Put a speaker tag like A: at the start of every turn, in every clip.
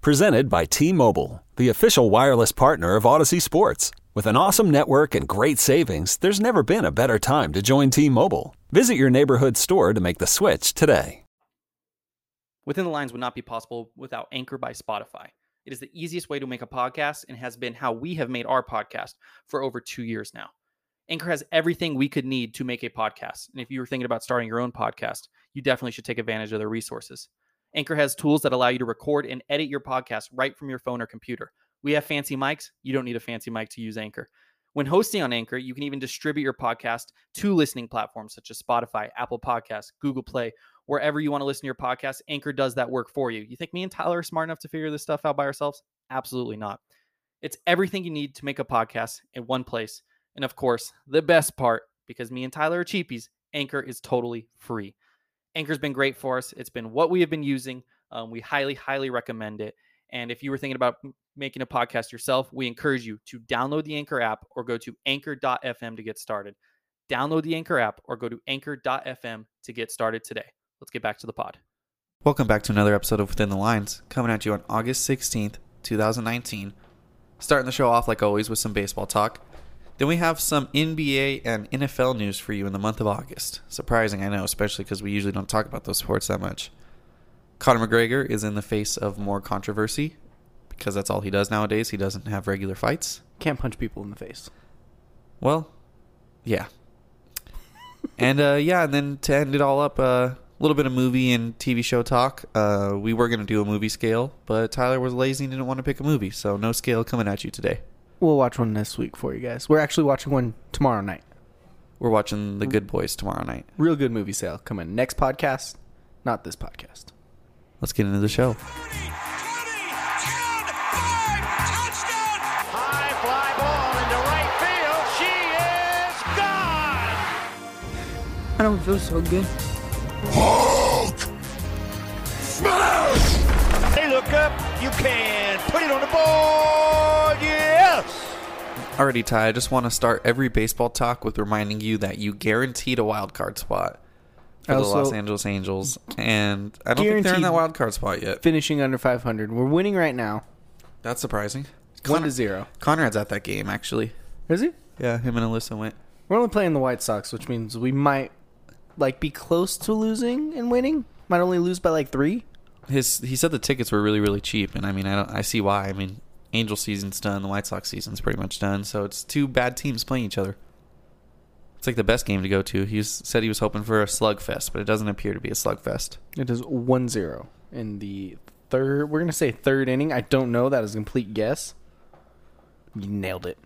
A: Presented by T Mobile, the official wireless partner of Odyssey Sports. With an awesome network and great savings, there's never been a better time to join T Mobile. Visit your neighborhood store to make the switch today.
B: Within the Lines would not be possible without Anchor by Spotify. It is the easiest way to make a podcast and has been how we have made our podcast for over two years now. Anchor has everything we could need to make a podcast. And if you were thinking about starting your own podcast, you definitely should take advantage of their resources. Anchor has tools that allow you to record and edit your podcast right from your phone or computer. We have fancy mics. You don't need a fancy mic to use Anchor. When hosting on Anchor, you can even distribute your podcast to listening platforms such as Spotify, Apple Podcasts, Google Play, wherever you want to listen to your podcast. Anchor does that work for you. You think me and Tyler are smart enough to figure this stuff out by ourselves? Absolutely not. It's everything you need to make a podcast in one place. And of course, the best part, because me and Tyler are cheapies, Anchor is totally free. Anchor's been great for us. It's been what we have been using. Um, we highly, highly recommend it. And if you were thinking about m- making a podcast yourself, we encourage you to download the Anchor app or go to anchor.fm to get started. Download the Anchor app or go to anchor.fm to get started today. Let's get back to the pod.
C: Welcome back to another episode of Within the Lines, coming at you on August 16th, 2019. Starting the show off, like always, with some baseball talk. Then we have some NBA and NFL news for you in the month of August. Surprising, I know, especially because we usually don't talk about those sports that much. Conor McGregor is in the face of more controversy because that's all he does nowadays. He doesn't have regular fights.
D: Can't punch people in the face.
C: Well, yeah. and uh, yeah, and then to end it all up, a uh, little bit of movie and TV show talk. Uh, we were going to do a movie scale, but Tyler was lazy and didn't want to pick a movie, so no scale coming at you today.
D: We'll watch one this week for you guys. We're actually watching one tomorrow night.
C: We're watching The Good Boys tomorrow night.
D: Real good movie sale coming next podcast, not this podcast.
C: Let's get into the show.
E: 20, 20, 10, 5, touchdown!
F: High fly ball into right field. She is gone.
G: I don't feel so good.
F: They look up. You can put it on the board. Yes.
C: Alrighty, Ty, I just want to start every baseball talk with reminding you that you guaranteed a wild card spot for
D: I
C: the Los
D: also-
C: Angeles Angels, and I don't think they're in
D: Guaranteed.
C: that wild card spot yet.
D: Finishing under 500. We're winning right now,
C: That's surprising.
D: one to zero.
C: Conrad's at that game, actually.
D: Is it?
C: Yeah, him and Alyssa went.
D: We're only playing the White Sox, which means we might like be close to losing and winning. Might only lose by like three.
C: his he said the tickets were really really cheap and i mean i don't i see why i mean angel season's done the white sox season's pretty much done so it's two bad teams playing each other it's like the best game to go to he s- said he was hoping for a slugfest but it doesn't appear to be a slugfest
D: It is 1-0 in the third. We're gonna say third inning. I don't know. That is a complete guess. You nailed it.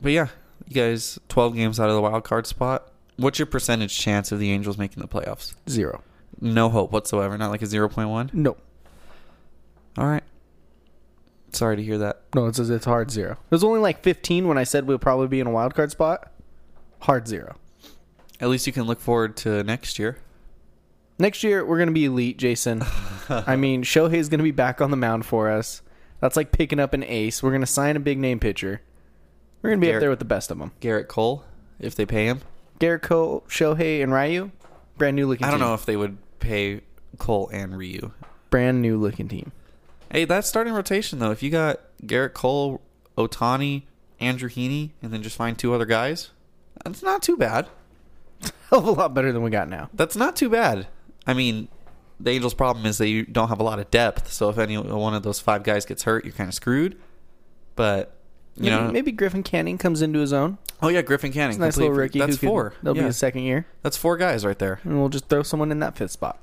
C: but yeah you guys 12 games out of the wild card spot what's your percentage chance of the angels making the playoffs
D: Zero.
C: no hope whatsoever not like a 0.1
D: No.
C: all right sorry to hear that
D: No, it's it's hard zero. There's only like 15 when I said we'll probably be in a wild card spot. Hard zero.
C: at least you can look forward to next year
D: Next year we're gonna be elite, Jason. I mean, Shohei's gonna be back on the mound for us. That's like picking up an ace. We're gonna sign a big name pitcher. We're gonna be
C: Garrett-
D: up there with the best of them.
C: garrett cole if they pay him
D: Garrett Cole, Shohei, and Ryu. Brand new looking.
C: I don't
D: team.
C: know if they would pay Cole and Ryu.
D: Brand new looking team.
C: Hey, that starting rotation though, if you got Garrett Cole, Otani, Andrew Heaney, and then just find two other guys, that's not too bad.
D: Hell of a lot better than we got now.
C: That's not too bad. I mean, the Angels' problem is they don't have a lot of depth, so if any one of those five guys gets hurt, you're kind of screwed. But You know,
D: maybe Griffin Canning comes into his own.
C: oh yeah, Griffin Canning,
D: It's a nice
C: complete-
D: little rookie.
C: That's
D: who could-
C: four.
D: That'll be
C: Yeah.
D: his second year,
C: That's four guys right there.
D: and we'll just throw someone in that fifth spot.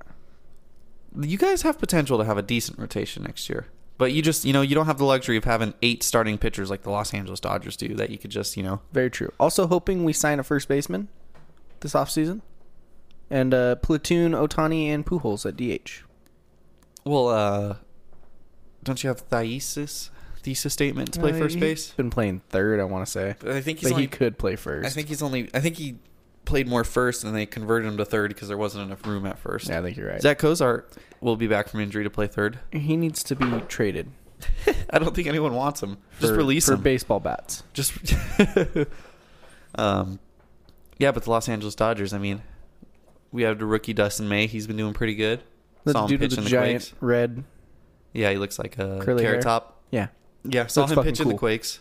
C: You guys have potential to have a decent rotation next year, but you just you know you don't have the luxury of having eight starting pitchers like the Los Angeles Dodgers do that you could just you know
D: Very true. Also, hoping we sign a first baseman this offseason. and uh, platoon Otani and Pujols at DH.
C: Well, uh, don't you have thesis thesis statement to play first
D: He's
C: base?
D: Been playing third, I want to say.
C: I think he's
D: Uh, But
C: only,
D: he could play first.
C: I think he's only. I think he played more first, and they converted him to third because there wasn't enough room at first.
D: Yeah, I think you're right.
C: Zach Kozart will be back from injury to play third.
D: he needs to be traded.
C: I don't think anyone wants him. Just
D: for-
C: release
D: for
C: him.
D: baseball bats.
C: Just. um, yeah, but the Los Angeles Dodgers. I mean, we have the rookie Dustin May. He's been doing pretty good.
D: The
C: Saw him
D: dude with
C: pitch
D: the
C: in the
D: giant
C: Quakes.
D: red.
C: Yeah, he looks like a carrot
D: Curly hair.
C: top.
D: Yeah.
C: Yeah, saw
D: Looks
C: him
D: fucking
C: pitch in the
D: cool.
C: Quakes.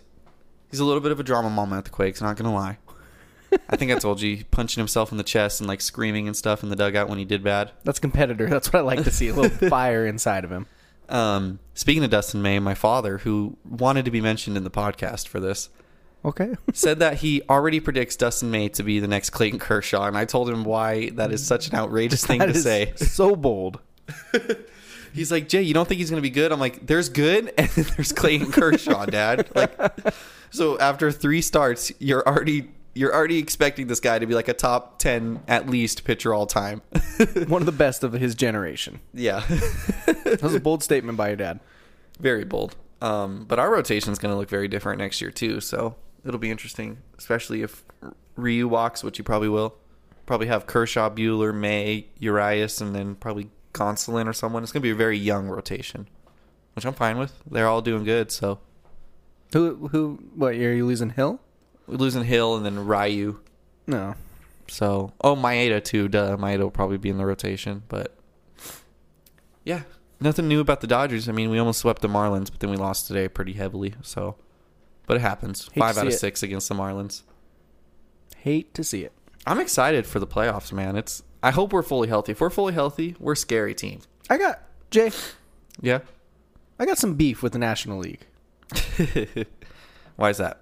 C: He's a little bit of a drama mom at the Quakes, not gonna lie. I think I told you, punching himself in the chest and like screaming and stuff in the dugout when he did bad.
D: That's competitor. That's what I like to see. A little fire inside of him.
C: Um, speaking of Dustin May, my father, who wanted to be mentioned in the podcast for this,
D: Okay.
C: said that he already predicts Dustin May to be the next Clayton Kershaw, and I told him why that is such an outrageous thing
D: That
C: to
D: is
C: say.
D: so bold.
C: He's like, Jay, you don't think he's gonna be good? I'm like, there's good and then there's Clayton Kershaw, Dad. Like, so after three starts, you're already you're already expecting this guy to be like a top ten at least pitcher all time.
D: One of the best of his generation.
C: yeah,
D: That was a bold statement by your dad.
C: very bold. Um, but our rotation's gonna look very different next year too, so it'll be interesting, especially if Ryu walks, which he probably will. Probably have Kershaw, Bueller, May, Urias, and then probably Gonsolin or someone. It's gonna be a very young rotation, which I'm fine with. They're all doing good, so.
D: Who who what year are you losing Hill?
C: We're losing Hill and then Ryu.
D: No.
C: So oh Maeda too. Duh, Maeda will probably be in the rotation, but yeah, nothing new about the Dodgers. I mean, we almost swept the Marlins, but then we lost today pretty heavily. So, but it happens.
D: to
C: Five out
D: see
C: of
D: it.
C: six against the Marlins.
D: Hate to see it.
C: I'm excited for the playoffs, man. It's I hope we're fully healthy. If we're fully healthy, we're a scary team.
D: I got Jay,
C: Yeah.
D: I got some beef with the National League.
C: Why is that?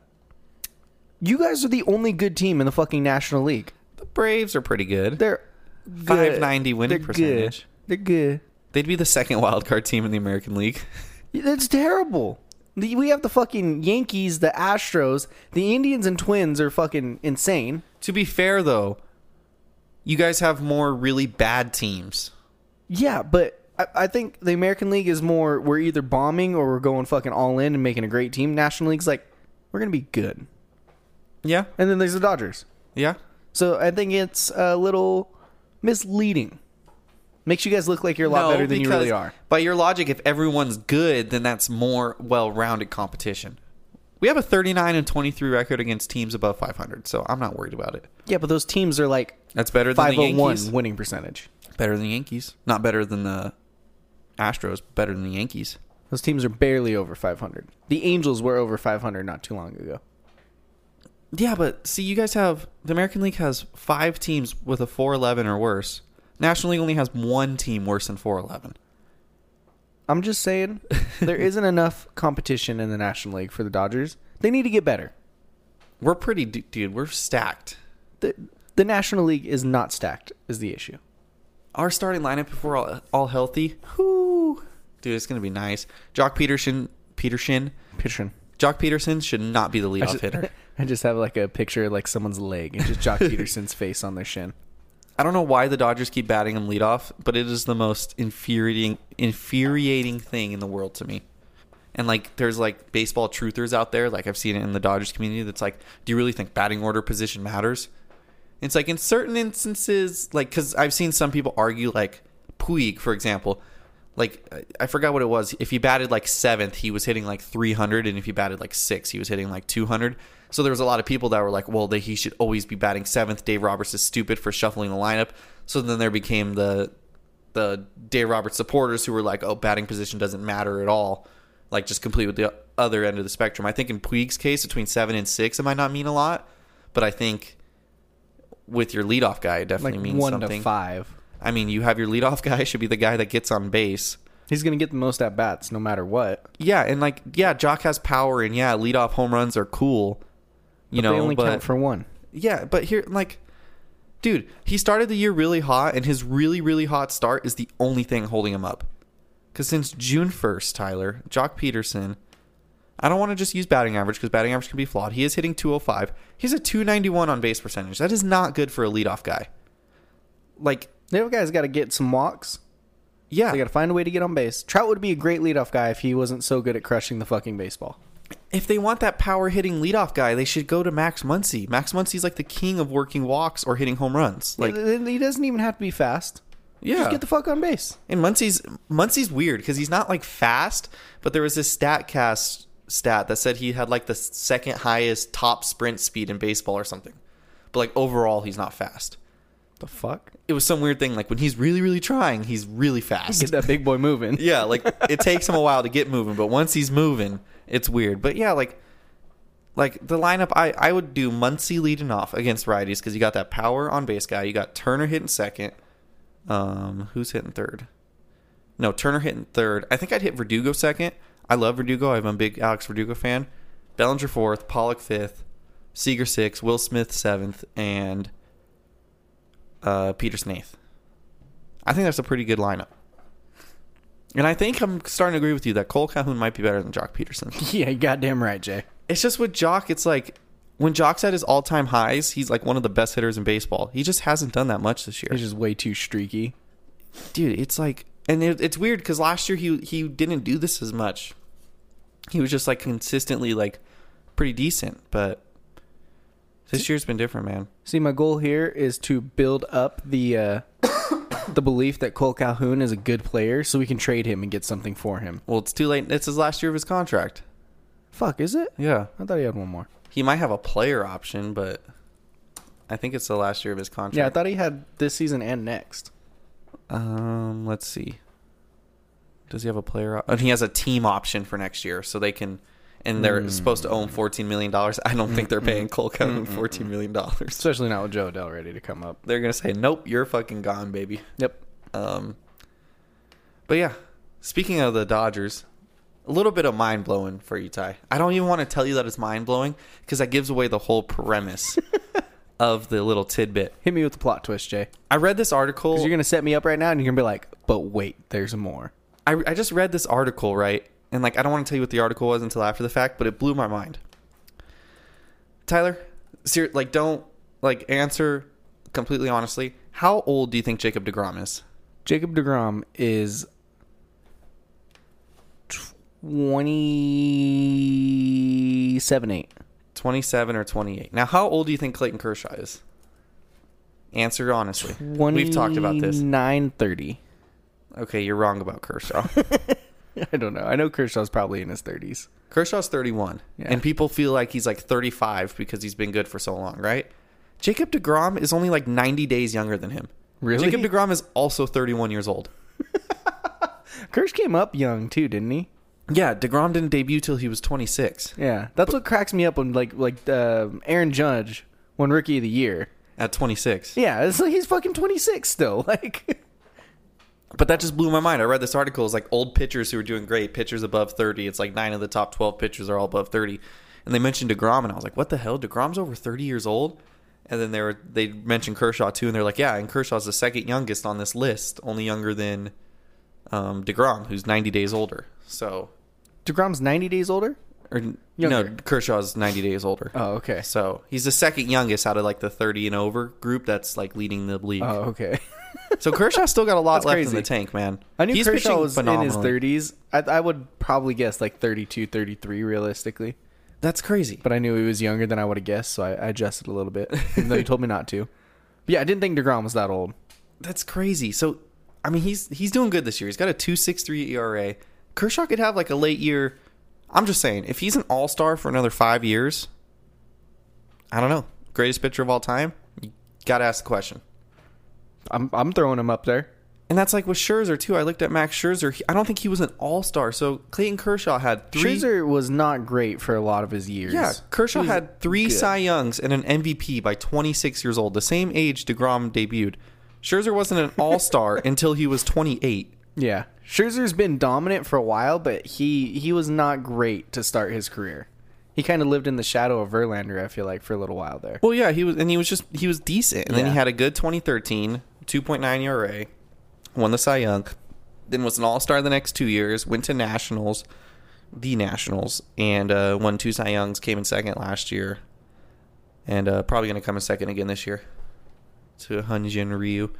D: You guys are the only good team in the fucking National League.
C: The Braves are pretty good.
D: They're good.
C: 590 winning
D: They're
C: percentage.
D: Good. They're
C: They'd be the second wild card team in the American League.
D: good. That's terrible. The- We have the fucking Yankees, the Astros, the Indians and Twins are fucking insane.
C: To be fair, though, you guys have more really bad teams.
D: Yeah, but I, I think the American League is more we're either bombing or we're going fucking all in and making a great team. National League's like we're gonna be good,
C: Yeah,
D: and then there's the Dodgers.
C: yeah.
D: So I think it's a little misleading. Makes you guys look like you're a lot better than you really are.
C: By your logic, if everyone's good, then that's more well-rounded competition. We have a 39 and 23 record against teams above 500, so I'm not worried about it.
D: Yeah, but those teams are like
C: That's better than the
D: 501
C: Yankees.
D: winning percentage.
C: Better than the Yankees. Not better than the Astros. but Better than the Yankees.
D: Those teams are barely over 500. The Angels were over 500 not too long ago.
C: Yeah, but see, you guys have the American League has five teams with a 411 or worse. National League only has one team worse than 411.
D: I'm just saying there isn't enough competition in the National League for the Dodgers. They need to get better.
C: We're pretty, du- dude. We're stacked.
D: The, the National League is not stacked is the issue.
C: Our starting lineup, if we're all, all healthy, whoo, dude, it's gonna be nice. Jock Peterson, Peterson,
D: Pitching.
C: Jock Peterson should not be the
D: I
C: leadoff
D: just,
C: hitter.
D: I just have like a picture of like someone's leg and just Jock Peterson's face on their shin.
C: I don't know why the Dodgers keep batting him leadoff, but it is the most infuriating, infuriating thing in the world to me. And like, there's like baseball truthers out there, like I've seen it in the Dodgers community. That's like, do you really think batting order position matters? It's like in certain instances, like because I've seen some people argue, like Puig, for example, like I- I forgot what it was. If he batted like seventh, he was hitting like 300, and if he batted like six, he was hitting like 200. So there was a lot of people that were like, well, they, he should always be batting seventh. Dave Roberts is stupid for shuffling the lineup. So then there became the the Dave Roberts supporters who were like, oh, batting position doesn't matter at all. Like just complete with the other end of the spectrum. I think in Puig's case, between seven and six, it might not mean a lot, but I think with your leadoff guy, it definitely
D: Like
C: means
D: one
C: something.
D: to five.
C: I mean, you have your leadoff guy should be the guy that gets on base.
D: He's going to get the most at bats no matter what.
C: Yeah, and like yeah, Jock has power, and yeah, leadoff home runs are cool. You know,
D: they only
C: but
D: count for one.
C: yeah, but here like, dude, he started the year really hot, and his really really hot start is the only thing holding him up. Because since June first, Tyler Jock Peterson, I don't want to just use batting average because batting average can be flawed. He is hitting 205. He's a 291 on base percentage. That is not good for a leadoff guy. Like,
D: The other guy's got to get some walks.
C: yeah,
D: They got to find a way to get on base. Trout would be a great leadoff guy if he wasn't so good at crushing the fucking baseball.
C: if they want that power hitting leadoff guy, they should go to Max Muncy. Max Muncy's like the king of working walks or hitting home runs. Like,
D: Like, he doesn't even have to be fast.
C: yeah,
D: Just get the fuck on base.
C: and Muncy's Muncy's weird because he's not like fast, but there was this Statcast stat that said he had like the second highest top sprint speed in baseball or something. But like overall, he's not fast.
D: The fuck?
C: It was some weird thing. Like when he's really, really trying, he's really fast.
D: Get that big boy moving.
C: Yeah, like it takes him a while to get moving, but once he's moving, it's weird. But yeah, like like the lineup I I would do Muncie leading off against Righties because you got that power on base guy. You got Turner hitting second. Um, who's hitting third? No, Turner hitting third. I think I'd hit Verdugo second. I love Verdugo. I'm a big Alex Verdugo fan. Bellinger fourth, Pollock fifth, Seager sixth, Will Smith seventh, and uh, Peterson eighth. I think that's a pretty good lineup. And I think I'm starting to agree with you that Cole Calhoun might be better than Jock Peterson.
D: Yeah, you goddamn right, Jay.
C: It's just with Jock, it's like when Jock's at his all time highs, he's like one of the best hitters in baseball. He just hasn't done that much this year.
D: He's just way too streaky.
C: Dude, it's like, and it, it's weird because last year he he didn't do this as much. He was just like consistently like pretty decent, but this year's been different, man.
D: See, my goal here is to build up the uh, the belief that Cole Calhoun is a good player, so we can trade him and get something for him.
C: Well, it's too late. It's his last year of his contract.
D: Fuck, is it?
C: Yeah.
D: I thought he had one more.
C: He might have a player option, but I think it's the last year of his contract.
D: Yeah, I thought he had this season and next.
C: Um, let's see. Does he have a player? Op- and he has a team option for next year, so they can. And they're supposed to own fourteen million dollars. I don't think they're paying Cole Calhoun fourteen million dollars.
D: Especially not with Joe Adell ready to come up.
C: They're gonna say, "Nope, you're fucking gone, baby."
D: Yep.
C: Um, but yeah, speaking of the Dodgers, a little bit of mind blowing for you, Ty. I don't even want to tell you that it's mind blowing because that gives away the whole premise of the little tidbit.
D: Hit me with the plot twist, Jay.
C: I read this article.
D: Because you're going to set me up right now and you're going to be like, but wait, there's more.
C: I, I just read this article, right? And like, I don't want to tell you what the article was until after the fact, but it blew my mind. Tyler, ser- like, don't like answer completely honestly. How old do you think Jacob Degrom is?
D: Jacob DeGrom is 27 8.
C: Twenty-seven or twenty-eight? Now, how old do you think Clayton Kershaw is? Answer honestly. We've talked about this.
D: 930.
C: Okay, you're wrong about Kershaw.
D: I don't know. I know Kershaw's probably in his 30s.
C: Kershaw's 31,
D: Yeah.
C: and people feel like he's like 35 because he's been good for so long, right? Jacob DeGrom is only like 90 days younger than him.
D: Really?
C: Jacob DeGrom is also 31 years old.
D: Kersh came up young too, didn't he?
C: Yeah, DeGrom didn't debut till he was 26
D: Yeah. That's what cracks me up when like like um Aaron Judge won rookie of the year.
C: at 26.
D: Yeah, it's like he's fucking 26 still. Like
C: But that just blew my mind. I read this article. It's like old pitchers who are doing great, pitchers above 30. It's like nine of the top 12 pitchers are all above 30. And they mentioned DeGrom, and I was like, what the hell? DeGrom's over 30 years old? And then they were they mentioned Kershaw too, and they're like, yeah, and Kershaw's the second youngest on this list, only younger than um, DeGrom, who's 90 days older. So,
D: DeGrom's 90 days older?
C: or
D: Younger.
C: no, Kershaw's 90 days older.
D: Oh, okay.
C: So he's the second youngest out of like the 30 and over group that's like leading the league.
D: Oh, okay.
C: So Kershaw's still got a lot
D: That's
C: left in
D: crazy.
C: the tank, man.
D: I knew Kershaw
C: pitching
D: was
C: phenomenally.
D: in his 30s. I, I would probably guess like 32, 33 realistically.
C: That's crazy.
D: But I knew he was younger than I would have guessed, so I, I adjusted a little bit, even though you told me not to. But yeah, I didn't think DeGrom was that old.
C: That's crazy. So, I mean, he's he's doing good this year. He's got a two six three ERA. Kershaw could have like a late year. I'm just saying, if he's an all star for another five years, I don't know. Greatest pitcher of all time. You got to ask the question.
D: I'm, I'm throwing him up there.
C: And that's like with Scherzer too. I looked at Max Scherzer. He, I don't think he was an all star. So Clayton Kershaw had three.
D: Scherzer was not great for a lot of his years.
C: Yeah, Kershaw
D: He was-
C: had three Cy Youngs and an MVP by 26 years old, the same age DeGrom debuted. Scherzer wasn't an All Star until he was 28.
D: Yeah, Scherzer's been dominant for a while, but he he was not great to start his career. He kind of lived in the shadow of Verlander, I feel like, for a little while there.
C: Well, yeah, he was, and he was just he was decent, and then
D: Yeah.
C: he had a good 2013, 2.9 ERA, E won the Cy Young, then was an All Star the next two years, went to Nationals, the Nationals, and uh, won two Cy Youngs, came in second last year, and uh, probably going to come in second again this year to Hunjin Ryu.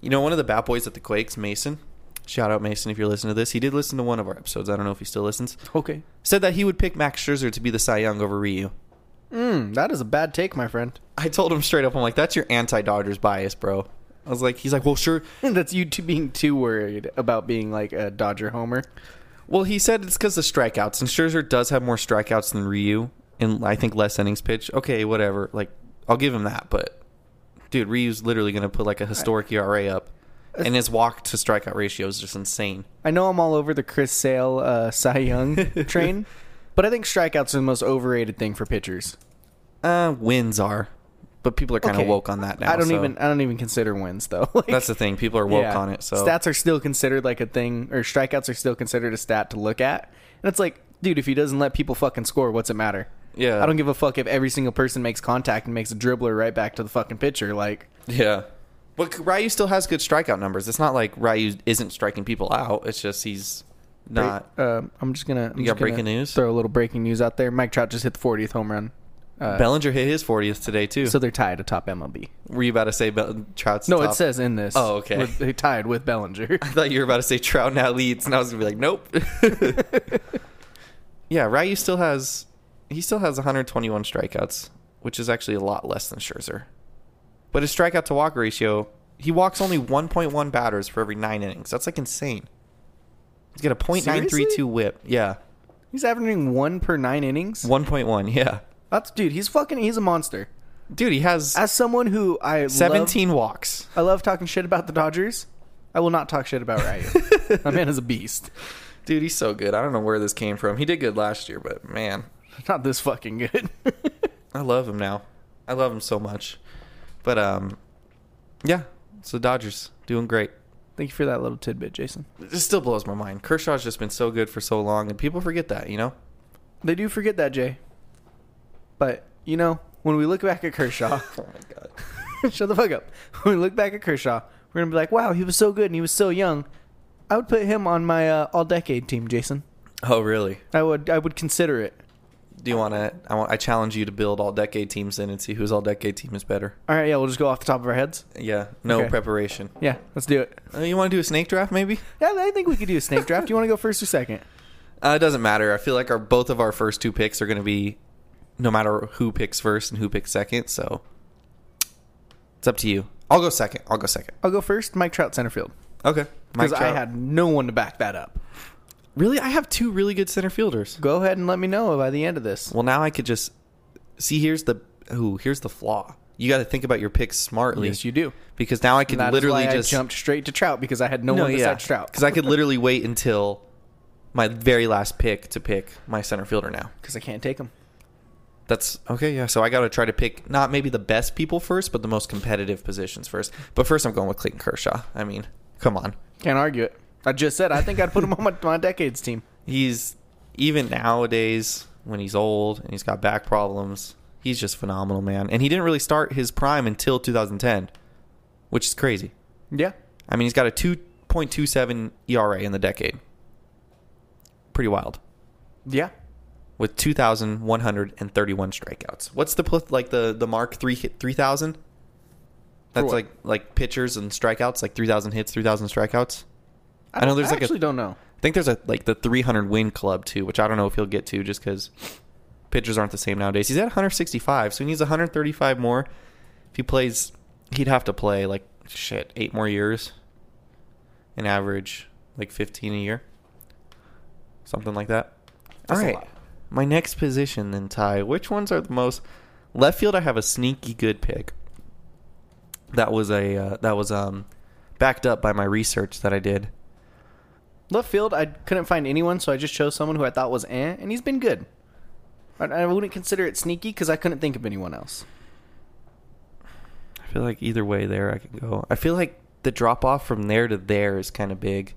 C: You know, one of the bat boys at the Quakes, Mason. Shout out Mason if you're listening to this. He did listen to one of our episodes. I don't know if he still listens.
D: Okay.
C: Said that he would pick Max Scherzer to be the Cy Young over Ryu.
D: Hmm, that is a bad take, my friend.
C: I told him straight up, I'm like, that's your anti Dodgers bias, bro. I was like, he's like, well, sure.
D: That's you two being too worried about being like a Dodger homer.
C: Well, he said it's because of strikeouts, and Scherzer does have more strikeouts than Ryu, and I think less innings pitched. Okay, whatever. Like, I'll give him that, but dude, Ryu's literally going to put like a historic ERA up, and his walk to strikeout ratio is just insane.
D: I know I'm all over the Chris Sale uh, Cy Young train, but I think strikeouts are the most overrated thing for pitchers.
C: Uh, wins are, but people are kind of
D: Okay.
C: woke on that now.
D: I don't
C: so-
D: even I don't even consider wins though. Like,
C: That's the thing. People are woke
D: yeah.
C: on it. So
D: stats are still considered like a thing, or strikeouts are still considered a stat to look at. And it's like, dude, if he doesn't let people fucking score, what's it matter?
C: Yeah.
D: I don't give a fuck if every single person makes contact and makes a dribbler right back to the fucking pitcher. Like,
C: Yeah. But Ryu still has good strikeout numbers. It's not like Ryu isn't striking people out. It's just he's not.
D: uh, I'm just gonna. I'm
C: You
D: just
C: got
D: gonna
C: breaking news?
D: Throw a little breaking news out there. Mike Trout just hit the 40th home run,
C: Bellinger hit his 40th today, too.
D: so they're tied atop MLB.
C: Were you about to say Bell- Trout's
D: No,
C: top?
D: it says in this.
C: Oh, okay.
D: with- They tied with Bellinger.
C: I thought you were about to say Trout now leads, and I was going to be like, nope. yeah, Ryu still has. He still has 121 strikeouts, which is actually a lot less than Scherzer. But his strikeout to walk ratio, he walks only 1.1 batters for every nine innings. That's like insane. He's got a
D: Seriously?
C: .932 whip. Yeah.
D: He's averaging one per nine innings.
C: 1.1, yeah.
D: That's dude. He's fucking. He's a monster.
C: Dude, he has
D: As someone who I love-
C: 17 walks.
D: I love talking shit about the Dodgers. I will not talk shit about Ryu. My man is a beast.
C: Dude, he's so good. I don't know where this came from. He did good last year, but man,
D: Not this fucking good.
C: I love him now. I love him so much. But um yeah, so Dodgers doing great.
D: Thank you for that little tidbit, Jason.
C: It just still blows my mind. Kershaw's just been so good for so long and people forget that, you know?
D: They do forget that, Jay. But you know, when we look back at Kershaw,
C: Oh my god.
D: shut the fuck up. When we look back at Kershaw, we're gonna be like, "Wow, he was so good and he was so young." I would put him on my uh, all-decade team, Jason.
C: Oh, really?
D: I would. I would consider it.
C: Do you want to I want I challenge you to build all decade teams in and see whose all decade team is better.
D: All right, yeah, we'll just go off the top of our heads.
C: Yeah, no
D: Okay.
C: preparation.
D: Yeah, let's do it.
C: Uh, you want to do a snake draft maybe?
D: Yeah, I think we could do a snake draft. Do you want to go first or second?
C: Uh, it doesn't matter. I feel like our both of our first two picks are going to be, no matter who picks first and who picks second. So it's up to you. I'll go second. I'll go second.
D: I'll go first. Mike Trout, center field,
C: Okay. Mike
D: because I
C: Trout.
D: had no one to back that up.
C: really, I have two really good center fielders.
D: Go ahead and let me know by the end of this.
C: Well, now I could just see. Here's the ooh. Here's the flaw. You got to think about your picks smartly.
D: Yes, you do.
C: Because now I could
D: That's
C: literally
D: why
C: just
D: I jumped straight to Trout because I had no, one besides Trout.
C: Because I could literally wait until my very last pick to pick my center fielder now.
D: because I can't take him.
C: That's okay, yeah. So I got to try to pick not maybe the best people first, but the most competitive positions first. But first, I'm going with Clayton Kershaw. I mean, come on.
D: Can't argue it. I just said I think I'd put him on my, my decades team.
C: He's even nowadays when he's old and he's got back problems, he's just phenomenal, man. And he didn't really start his prime until 2010, which is crazy.
D: Yeah,
C: I mean, he's got a 2.27 ERA E in the decade. Pretty wild.
D: yeah.
C: With 2,131 strikeouts. What's the pl- like the the mark three hit 3,000? That's
D: what?
C: like like pitchers and strikeouts, like 3,000 hits, 3,000 strikeouts. I, know there's
D: I
C: like
D: actually
C: a,
D: don't know.
C: I think there's a like the 300 win club too, which I don't know if he'll get to just because pitchers aren't the same nowadays. He's at 165, so he needs 135 more. If he plays, he'd have to play like shit eight more years, and average like 15 a year, something like that.
D: That's a
C: All right,
D: lot.
C: my next position then Ty. Which ones are the most left field? I have a sneaky good pick. That was a uh, that was um backed up by my research that I did.
D: Left field, I couldn't find anyone, so I just chose someone who I thought was eh, and he's been good. I, I wouldn't consider it sneaky because I couldn't think of anyone else.
C: I feel like either way there I can go. I feel like the drop off from there to there is kind of big.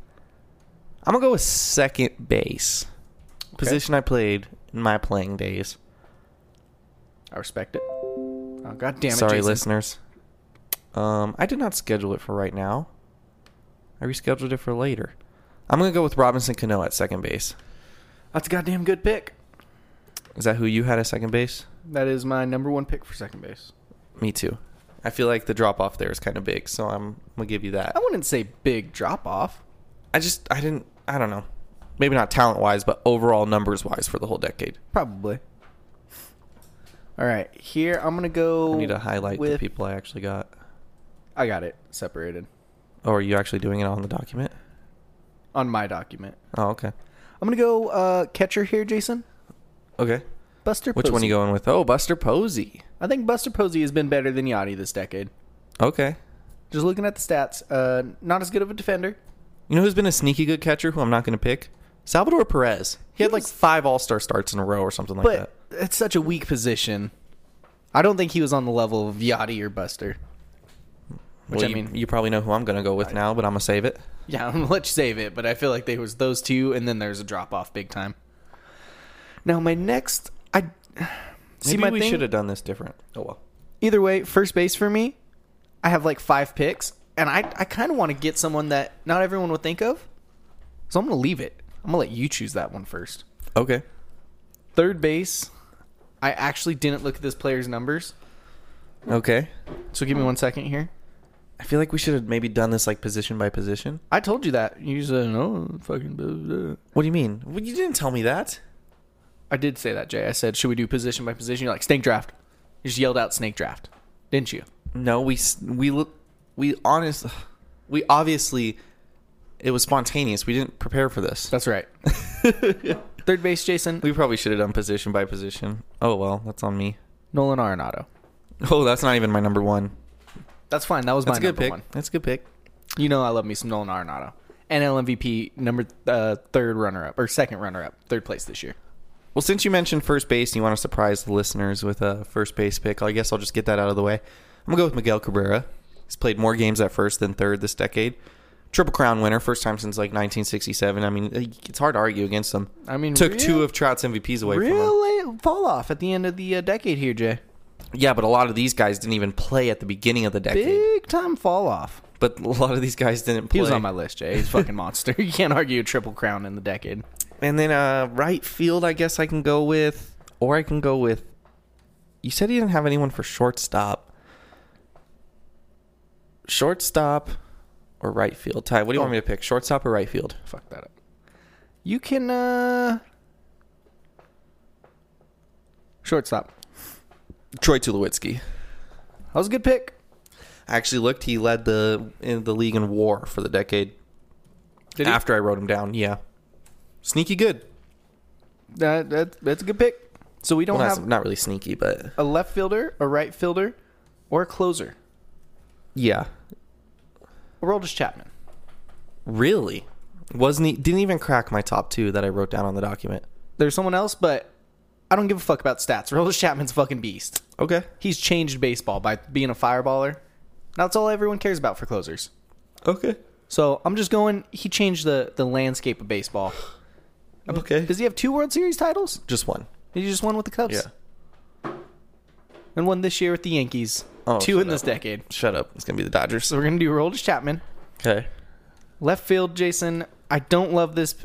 C: I'm gonna go with second base. Position I played in my playing days.
D: I respect it. Oh god damn it.
C: Sorry,
D: Jason.
C: listeners. Um, I did not schedule it for right now. I rescheduled it for later. I'm gonna go with Robinson Cano at second base.
D: That's a goddamn good pick.
C: Is that who you had at second base?
D: That is my number one pick for second base.
C: Me too. I feel like the drop off there is kind of big, so I'm gonna give you that.
D: I wouldn't say big drop off.
C: I just I didn't I don't know. Maybe not talent wise, but overall numbers wise for the whole decade.
D: Probably. All right, here I'm gonna go.
C: I need to highlight the
D: with-
C: people I actually got.
D: I got it separated
C: Oh, are you actually doing it on the document?
D: on my document.
C: Oh, okay.
D: I'm gonna go uh, catcher here, Jason.
C: Okay.
D: Buster.
C: Which one are
D: Posey.
C: you going with? Oh, Buster Posey.
D: I think Buster Posey has been better than Yachty this decade.
C: Okay.
D: Just looking at the stats, uh, not as good of a defender.
C: You know who's been a sneaky good catcher who I'm not going to pick? Salvador Perez. He had like five All Star starts in a row or something like that.
D: But it's such a weak position. I don't think he was on the level of Yachty or Buster. Which
C: Well,
D: I
C: you-
D: mean,
C: you, probably know who I'm going to go with now, but I'm going to save it.
D: yeah, I'm gonna let you save it, but I feel like there was those two, and then there's a drop off big time. Now my next, I see
C: Maybe
D: my
C: we
D: thing?
C: should have done this different. Oh well.
D: either way, first base for me, I have like five picks, and I I kind of want to get someone that not everyone would think of, so I'm gonna leave it. I'm gonna let you choose that one first.
C: Okay.
D: Third base, I actually didn't look at this player's numbers,
C: Okay.
D: so give me one second here.
C: I feel like we should have maybe done this like position by position.
D: I told you that. You said no, fucking. Blah, blah.
C: What do you mean? Well, you didn't tell me that.
D: I did say that, Jay. I said, should we do position by position? You're like snake draft. You just yelled out snake draft, didn't you?
C: No, we s- we look we honest we obviously it was spontaneous. We didn't prepare for this.
D: That's right. Third base, Jason
C: We probably should have done position by position. Oh well, that's on me.
D: Nolan Arenado.
C: Oh, that's not even my number one.
D: That's fine. That was my
C: That's a good
D: number
C: pick.
D: one.
C: That's a good pick.
D: You know I love me some Nolan Arenado. NL MVP number uh, third runner up or second runner up, third place this year.
C: Well, since you mentioned first base, and you want to surprise the listeners with a first base pick. I guess I'll just get that out of the way. I'm gonna go with Miguel Cabrera. He's played more games at first than third this decade. Triple Crown winner, first time since like 1967. I mean, it's hard to argue against him.
D: I mean,
C: took
D: real-
C: two of Trout's MVPs away from him.
D: Really fall off at the end of the uh, decade here, Jay.
C: Yeah, but a lot of these guys didn't even play at the beginning of the decade.
D: Big time fall off.
C: But a lot of these guys didn't play.
D: He was on my list, Jay. He's a fucking monster. You can't argue a triple crown in the decade.
C: And then uh, right field, I guess I can go with, or I can go with. You said you didn't have anyone for shortstop. Shortstop or right field? Ty, what do you want me to pick? Shortstop or right field?
D: Fuck that up. You can uh shortstop.
C: Troy Tulowitzki.
D: That was a good pick.
C: I actually looked. He led the in the league in WAR for the decade.
D: Did he?
C: After I wrote him down, yeah, sneaky good.
D: That, that that's a good pick. So we don't
C: Well, not,
D: have
C: not really sneaky, but
D: a left fielder, a right fielder, or a closer.
C: yeah,
D: Or Aldis Chapman.
C: really wasn't he? Didn't even crack my top two that I wrote down on the document.
D: there's someone else, but I don't give a fuck about stats. Rollins Chapman's a fucking beast.
C: Okay,
D: He's changed baseball by being a fireballer. That's all everyone cares about for closers.
C: okay,
D: So I'm just going. He changed the the landscape of baseball.
C: okay.
D: Does he have two World Series titles?
C: Just one.
D: He just won with the Cubs.
C: Yeah.
D: And one this year with the Yankees.
C: Oh,
D: Two
C: shut
D: in this
C: up.
D: decade.
C: Shut up. It's gonna be the Dodgers.
D: So we're gonna do Rollins Chapman,
C: Okay.
D: left field. Jason, I don't love this.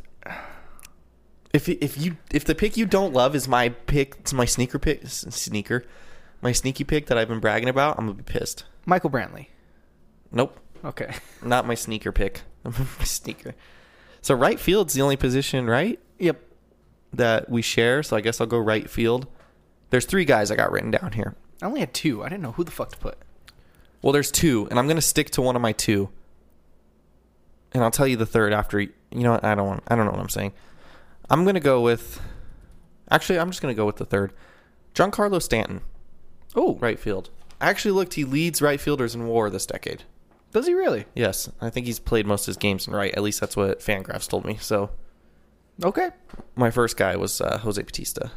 C: If if you if the pick you don't love is my pick, it's my sneaker pick, s- sneaker, my sneaky pick that I've been bragging about, I'm gonna be pissed.
D: Michael Brantley.
C: Nope,
D: Okay.
C: not my sneaker pick. my sneaker. So right field's the only position, right,
D: Yep.
C: that we share. So I guess I'll go right field. There's three guys I got written down here.
D: I only had two. I didn't know who the fuck to put.
C: Well, there's two, and I'm gonna stick to one of my two. And I'll tell you the third after. You know what? I don't want. I don't know what I'm saying. I'm gonna go with. Actually, I'm just gonna go with the third. Giancarlo Stanton. Oh, right field. I actually looked. He leads right fielders in WAR this decade.
D: Does he really?
C: Yes, I think he's played most of his games in right. At least that's what Fangraphs told me. So
D: Okay.
C: my first guy was uh, Jose Batista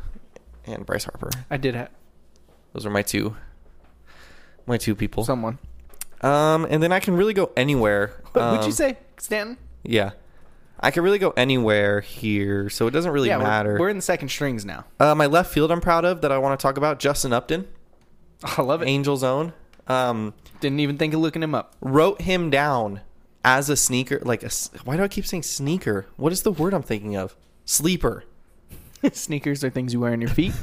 C: and Bryce Harper.
D: I did have
C: Those are my two. My two people.
D: someone.
C: Um, and then I can really go anywhere.
D: But
C: Um,
D: would you say Stanton?
C: Yeah. I could really go anywhere here, so it doesn't really
D: yeah, we're-
C: matter.
D: We're, in the second strings now.
C: uh, my left field, I'm proud of that. I want to talk about Justin Upton,
D: I love it.
C: Angels own. Um,
D: Didn't even think of looking him up.
C: wrote him down as a sneaker. Like, a, s- why do I keep saying sneaker? What is the word I'm thinking of? Sleeper,
D: Sneakers are things you wear on your feet.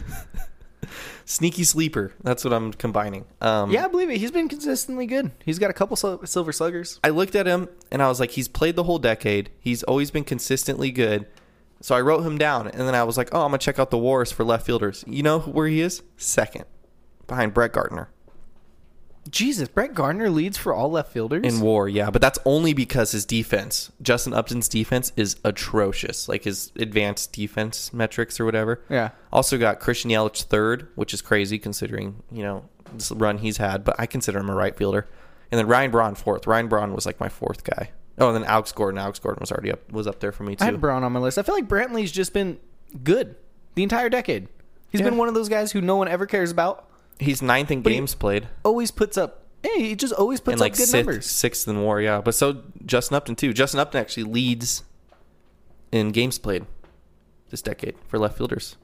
C: sneaky sleeper. That's what I'm combining. Um,
D: yeah, I believe it. He's been consistently good. He's got a couple sil- silver sluggers.
C: I looked at him and I was like, he's played the whole decade. He's always been consistently good. So I wrote him down and then I was like, oh, I'm going to check out the wars for left fielders. You know where he is? Second, behind Brett Gardner
D: Jesus, Brett Gardner leads for all left fielders.
C: in war. Yeah, but that's only because his defense, Justin Upton's defense, is atrocious. Like his advanced defense metrics or whatever.
D: Yeah.
C: Also got Christian Yelich third, which is crazy considering, you know, this run he's had, but I consider him a right fielder. And then Ryan Braun fourth. Ryan Braun was like my fourth guy. Oh, and then Alex Gordon. Alex Gordon was already up was up there for me
D: I
C: too.
D: had Brown on my list. I feel like Brantley's just been good the entire decade. He's been one of those guys who no one ever cares about.
C: he's ninth in
D: he-
C: games played.
D: Always puts up. Hey, he just always puts
C: And
D: up
C: like
D: good
C: sixth,
D: numbers.
C: sixth in war, yeah. But so Justin Upton too. Justin Upton actually leads in games played this decade for left fielders.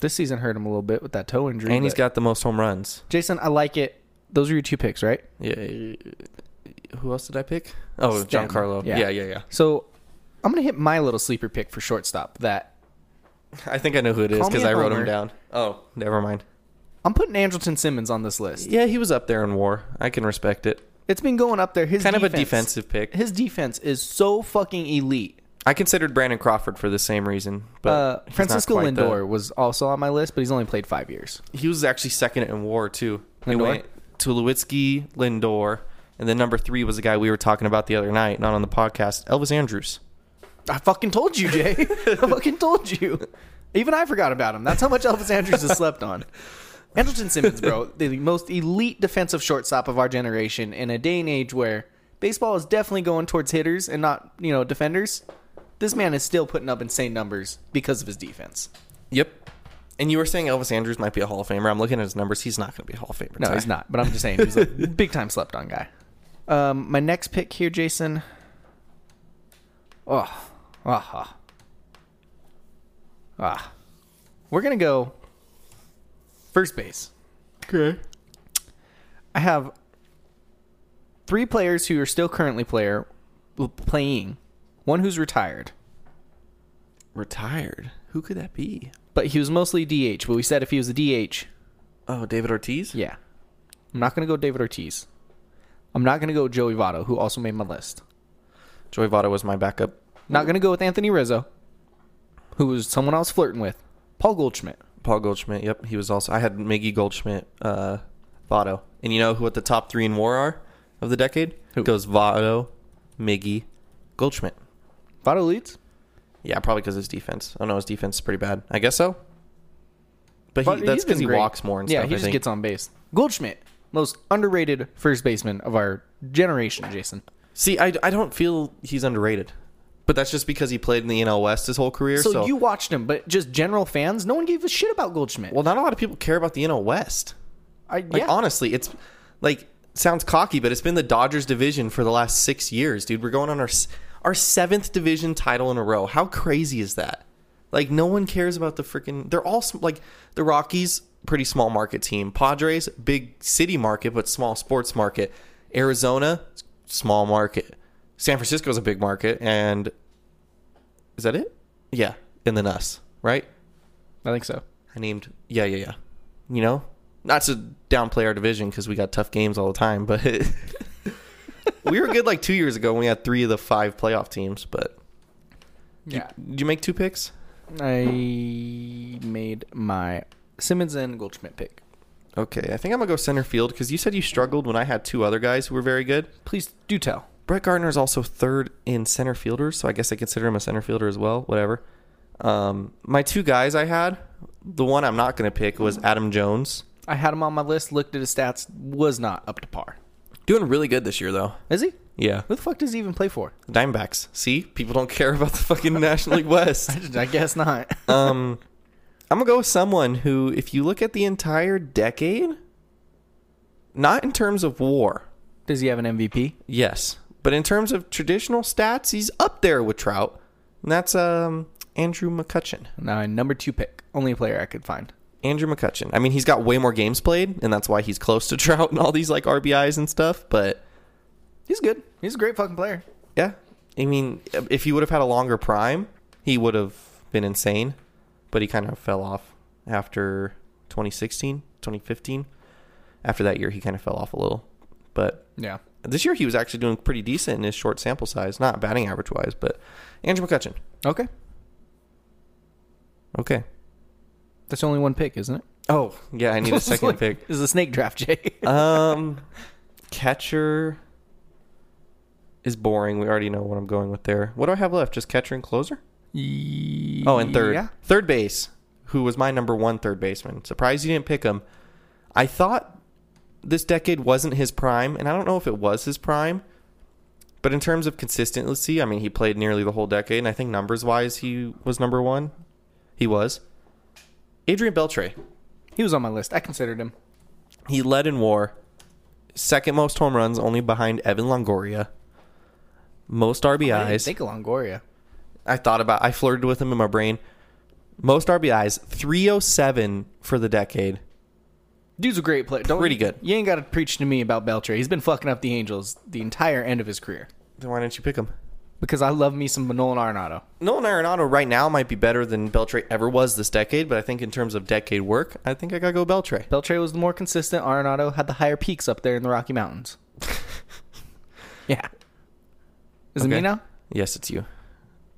D: This season hurt him a little bit with that toe injury.
C: And he's
D: but-
C: got the most home runs.
D: Jason. I like it. Those are your two picks, right?
C: Yeah. Who else did I pick? Oh, John
D: Stanton.
C: Carlo.
D: Yeah.
C: yeah, yeah, yeah.
D: So I'm gonna hit my little sleeper pick for shortstop. That
C: I think I know who it is
D: Call me
C: because
D: a
C: I wrote him
D: homer.
C: down. Oh, never mind.
D: I'm putting Andrelton Simmons on this list.
C: Yeah, he was up there in war. I can respect it.
D: It's been going up there. His
C: Kind of a
D: defense-
C: defensive pick.
D: His defense is so fucking elite.
C: I considered Brandon Crawford for the same reason, but
D: Uh,
C: he's not
D: Francisco
C: quite the-
D: Lindor was also on my list, but he's only played five years.
C: he was actually second in war too. It
D: Lindor?
C: went to Lewitsky, Lindor, and then number three was the guy we were talking about the other night, not on the podcast, Elvis Andrews.
D: I fucking told you, Jay. I fucking told you. Even I forgot about him. That's how much Elvis Andrews has slept on. Andrelton Simmons, bro, the most elite defensive shortstop of our generation in a day and age where baseball is definitely going towards hitters and not, you know, defenders. This man is still putting up insane numbers because of his defense.
C: Yep. And you were saying Elvis Andrews might be a Hall of Famer. I'm looking at his numbers. He's not going to be a Hall of Famer.
D: No,
C: Ty.
D: he's not. But I'm just saying he's a big time slept on guy. Um, my next pick here, Jason. Oh, ah, ah. ah. We're gonna go first base. Okay. I have three players who are still currently player playing, one who's retired,
C: Retired. Who could that be?
D: but he was mostly DH. But we said if he was a DH,
C: Oh, David Ortiz?
D: Yeah. I'm not going to go David Ortiz. I'm not going to go Joey Votto, who also made my list.
C: Joey Votto was my backup.
D: Not going to go with Anthony Rizzo, who was someone I was flirting with. Paul Goldschmidt.
C: Paul Goldschmidt. Yep, he was also. I had Miggy Goldschmidt, uh, Votto, and you know who what the top three in WAR are of the decade? Who goes Votto, Miggy, Goldschmidt?
D: Votto leads?
C: Yeah, probably because his defense. Oh no, his defense is pretty bad. I guess so. But
D: But
C: he, that's
D: he's been
C: because he
D: great.
C: walks more and
D: yeah,
C: stuff.
D: he
C: I
D: just
C: think.
D: gets on base. Goldschmidt, most underrated first baseman of our generation, Jason.
C: See, I, I don't feel he's underrated, but that's just because he played in the NL West his whole career.
D: So,
C: So,
D: you watched him, but just general fans, no one gave a shit about Goldschmidt.
C: well, not a lot of people care about the NL West.
D: I,
C: Like
D: yeah.
C: honestly, it's like sounds cocky, but it's been the Dodgers division for the last six years, dude. We're going on our s- our seventh division title in a row. How crazy is that? Like no one cares about the freaking. They're all sm- like the Rockies, pretty small market team. Padres, big city market but small sports market. Arizona, s- small market. San Francisco's a big market, and is that it? Yeah, and then us, right?
D: I think so.
C: I named yeah yeah yeah. You know, not to downplay our division because we got tough games all the time, but we were good like two years ago when we had three of the five playoff teams. But
D: Yeah.
C: did you make two picks?
D: I made my Simmons and Goldschmidt pick.
C: Okay, I think I'm gonna go center field because you said you struggled when I had two other guys who were very good.
D: Please do tell.
C: Brett Gardner is also third in center fielders, so I guess I consider him a center fielder as well. Whatever. Um, my two guys I had, the one I'm not gonna pick was Adam Jones.
D: I had him on my list, looked at his stats, was not up to par.
C: Doing really good this year though.
D: Is he?
C: Yeah.
D: Who the fuck does he even play for?
C: Dimebacks. See, people don't care about the fucking National League West.
D: I guess not.
C: Um, I'm gonna go with someone who, if you look at the entire decade, not in terms of WAR,
D: does he have an MVP?
C: yes, but in terms of traditional stats, he's up there with Trout. And that's um, Andrew McCutcheon.
D: Now, my number two pick, only player I could find.
C: Andrew McCutcheon. I mean, he's got way more games played, and that's why he's close to Trout and all these like RBIs and stuff. But
D: He's good. He's a great fucking player.
C: yeah, I mean, if he would have had a longer prime, he would have been insane. But he kind of fell off after 2016, 2015. After that year, he kind of fell off a little. But
D: Yeah.
C: this year, he was actually doing pretty decent in his short sample size, not batting average wise. But Andrew McCutcheon.
D: Okay.
C: Okay.
D: That's only one pick, isn't it?
C: Oh yeah, I need a
D: It's
C: second
D: like-
C: pick.
D: This is a snake draft, Jay.
C: Um, catcher is boring. We already know what I'm going with there. What do I have left? Just catcher and closer. Oh, and third,
D: Yeah.
C: third base, who was my number one third baseman. Surprised you didn't pick him. I thought this decade wasn't his prime, and I don't know if it was his prime. But in terms of consistency, I mean, he played nearly the whole decade, and I think numbers wise, he was number one. He was. Adrian Beltre.
D: He was on my list. I considered him.
C: He led in war, second most home runs, only behind Evan Longoria. Most
D: I didn't
C: RBIs.
D: think of Longoria.
C: I thought about. I flirted with him in my brain. Most RBIs, 307 for the decade.
D: Dude's a great player. Don't,
C: Pretty good.
D: You ain't got to preach to me about Beltre. He's been fucking up the Angels the entire end of his career
C: Then why didn't you pick him?
D: because I love me some Nolan Arenado.
C: Nolan Arenado right now might be better than Beltre ever was this decade, but I think in terms of decade work, I think I gotta go Beltre.
D: Beltre was the more consistent. Arenado had the higher peaks up there in the Rocky Mountains. yeah. Is it me
C: Okay.
D: now?
C: Yes, it's you.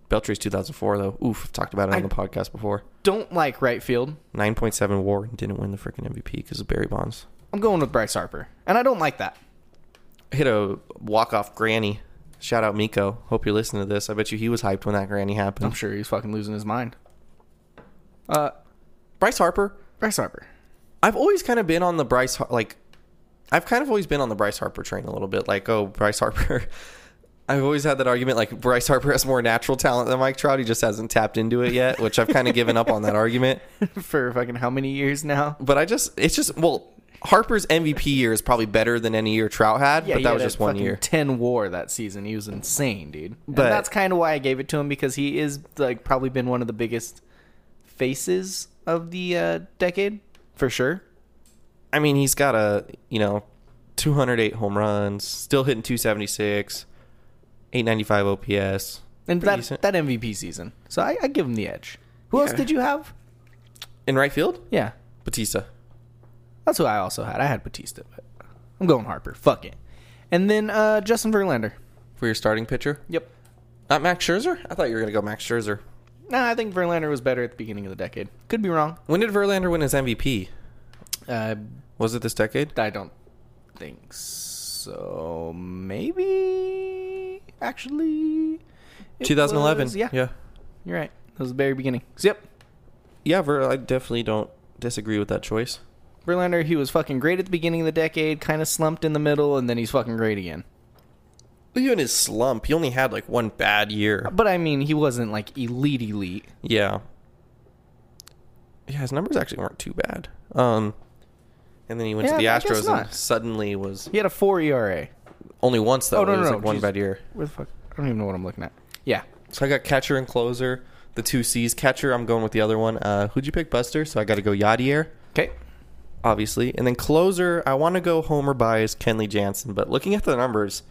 C: Beltre's 2004 though. Oof, I've talked about it on
D: I-
C: the podcast before.
D: Don't like right field.
C: 9.7 WAR and didn't win the freaking MVP because of Barry Bonds.
D: I'm going with Bryce Harper, and I don't like that.
C: hit a walk off granny. Shout out Miko. Hope you're listening to this. I bet you he was hyped when that granny happened.
D: I'm sure he's fucking losing his mind. Uh,
C: Bryce Harper.
D: Bryce Harper.
C: I've always kind of been on the Bryce Har- like I've kind of always been on the Bryce Harper train a little bit. Like, oh, Bryce Harper. I've always had that argument like Bryce Harper has more natural talent than Mike Trout. He just hasn't tapped into it yet, which I've kind of given up on that argument.
D: for fucking how many years now?
C: But I just it's just well, Harper's MVP year is probably better than any year Trout had, but
D: he
C: that
D: had
C: was
D: a
C: just one
D: fucking
C: year.
D: Ten WAR that season. He was insane, dude.
C: But-
D: But that's kind of why I gave it to him because he is like probably been one of the biggest faces of the uh, decade for sure.
C: I mean, he's got a you know, 208 home runs, still hitting 276, 895 OPS.
D: And that
C: decent.
D: that MVP season. So I, I give him the edge. Who else did you have?
C: In right field,
D: Yeah,
C: Batista.
D: that's who I also had. I had Batista, but I'm going Harper. Fuck it. And then uh, Justin Verlander.
C: For your starting pitcher?
D: Yep.
C: Not Max Scherzer? I thought you were going to go Max Scherzer.
D: Nah, I think Verlander was better at the beginning of the decade. Could be wrong.
C: When did Verlander win his MVP?
D: Uh,
C: Was it this decade?
D: I don't think so. Maybe actually, it
C: 2011.
D: was- yeah,
C: Yeah.
D: you're right. That was the very beginning. So, yep,
C: Yeah, Ver, I definitely don't disagree with that choice.
D: Verlander. He was fucking great at the beginning of the decade. Kind of slumped in the middle, and then he's fucking great again.
C: Even his slump, he only had like one bad year.
D: But I mean, he wasn't like elite elite.
C: Yeah. Yeah, his numbers actually weren't too bad. Um, and then he went
D: Yeah, I
C: to
D: guess
C: the Astros and
D: not.
C: suddenly was
D: He had a four ERA.
C: Only once though.
D: Oh, no,
C: it
D: no,
C: was
D: no,
C: like one
D: jeez.
C: bad year.
D: Where the fuck? I don't even know what I'm looking at. Yeah,
C: So I got catcher and closer, the two C's. Catcher, I'm going with the other one. Uh, who'd you pick, Buster? So I got to go Yadier,
D: okay.
C: obviously, and then closer. I want to go Homer Bias, Kenley Jansen. But looking at the numbers,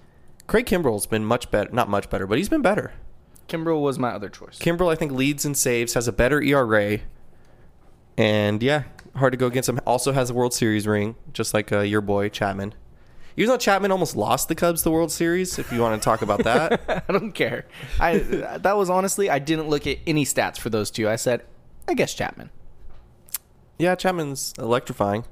C: Craig Kimbrell's been much better. Not much better, but he's been better.
D: Kimbrel was my other choice.
C: Kimbrell, I think, leads in saves, has a better ERA, and yeah, hard to go against him. Also has a World Series ring, just like uh, your boy Chapman. Even though Chapman almost lost the Cubs the World Series, if you want to talk about that.
D: I don't care. I that was honestly, I didn't look at any stats for those two. I said, I guess Chapman.
C: Yeah, Chapman's electrifying.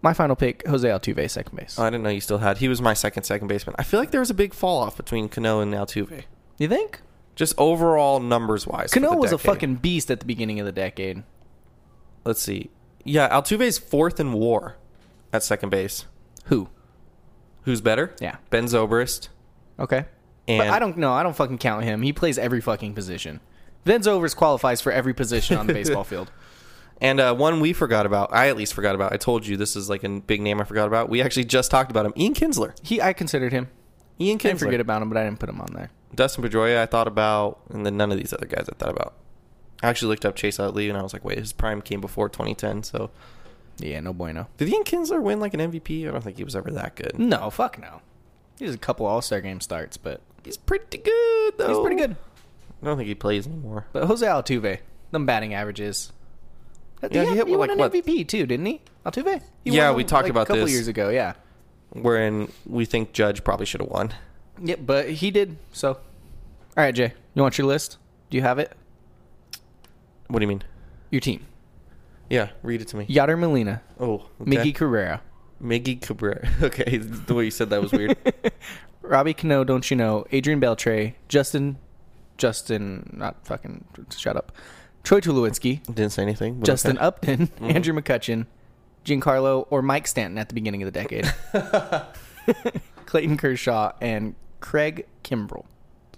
D: My final pick, Jose Altuve, second base.
C: Oh, I didn't know you still had. He was my second second baseman. I feel like there was a big fall off between Cano and Altuve,
D: you think?
C: just overall numbers wise. for
D: Cano
C: the
D: was a
C: decade.
D: fucking beast at the beginning of the decade.
C: Let's see. Yeah, Altuve's fourth in WAR at second base.
D: Who?
C: Who's better?
D: Yeah.
C: Ben Zobrist.
D: Okay.
C: And
D: but I don't know. I don't fucking count him. He plays every fucking position. Venzovers qualifies for every position on the baseball field.
C: And uh, one we forgot about. I at least forgot about. I told you this is like a big name I forgot about. We actually just talked about him. Ian Kinsler.
D: He, I considered him.
C: Ian
D: Can't
C: Kinsler.
D: forget about him, but I didn't put him on there.
C: Dustin Pedroia, I thought about, and then none of these other guys I thought about. I actually looked up Chase Utley, and I was like, wait, his prime came before 2010. So,
D: Yeah, no bueno.
C: did Ian Kinsler win like an MVP? I don't think he was ever that good. Mm,
D: No, fuck no. He's a couple All Star game starts, but
C: He's pretty good though.
D: he's pretty good.
C: I don't think he plays anymore.
D: But Jose Altuve, them batting averages.
C: Yeah, he hit,
D: won
C: like,
D: an
C: what?
D: MVP too, didn't he? Altuve. He
C: Yeah,
D: won,
C: we talked
D: like,
C: about
D: a couple
C: this.
D: years ago. Yeah,
C: Wherein we think Judge probably should have won.
D: yeah, but he did. So, all right, Jay, you want your list? Do you have it?
C: What do you mean?
D: Your team:
C: Yeah, read it to me.
D: Yadier Molina,
C: Oh, okay.
D: Miggy Carrera,
C: Miggy Cabrera. Okay, the way you said that was weird.
D: Robbie Cano, don't you know? Adrian Beltre, Justin, Justin, not fucking, shut up. Troy Tulowitzki,
C: Didn't say anything. but
D: Justin
C: okay. Mm-hmm.
D: Upton, Andrew McCutcheon, Giancarlo, or Mike Stanton at the beginning of the decade. Clayton Kershaw and Craig Kimbrell.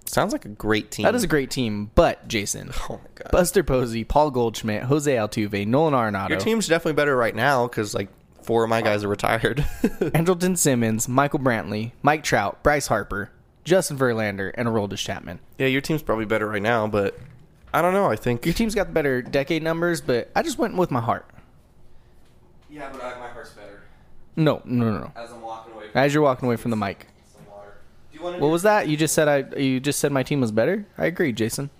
C: Sounds like a great team.
D: That is a great team, but Jason,
C: Mm. Oh my god.
D: Buster Posey, Paul Goldschmidt, Jose Altuve, Nolan Arenado,
C: Your team's definitely better right now because like four of my guys are retired.
D: Andrelton Simmons, Michael Brantley, Mike Trout, Bryce Harper, Justin Verlander, and Aroldis Chapman.
C: yeah, your team's probably better right now, but I don't know. I think.
D: Your team's got the better decade numbers, but I just went with my heart.
C: yeah, but uh, my heart's better
D: No, no, no, no.
C: as I'm walking away.
D: As you're walking away from the mic.
C: some water. Do you want
D: What was that? You just said I. You just said my team was better. I agree, Jason.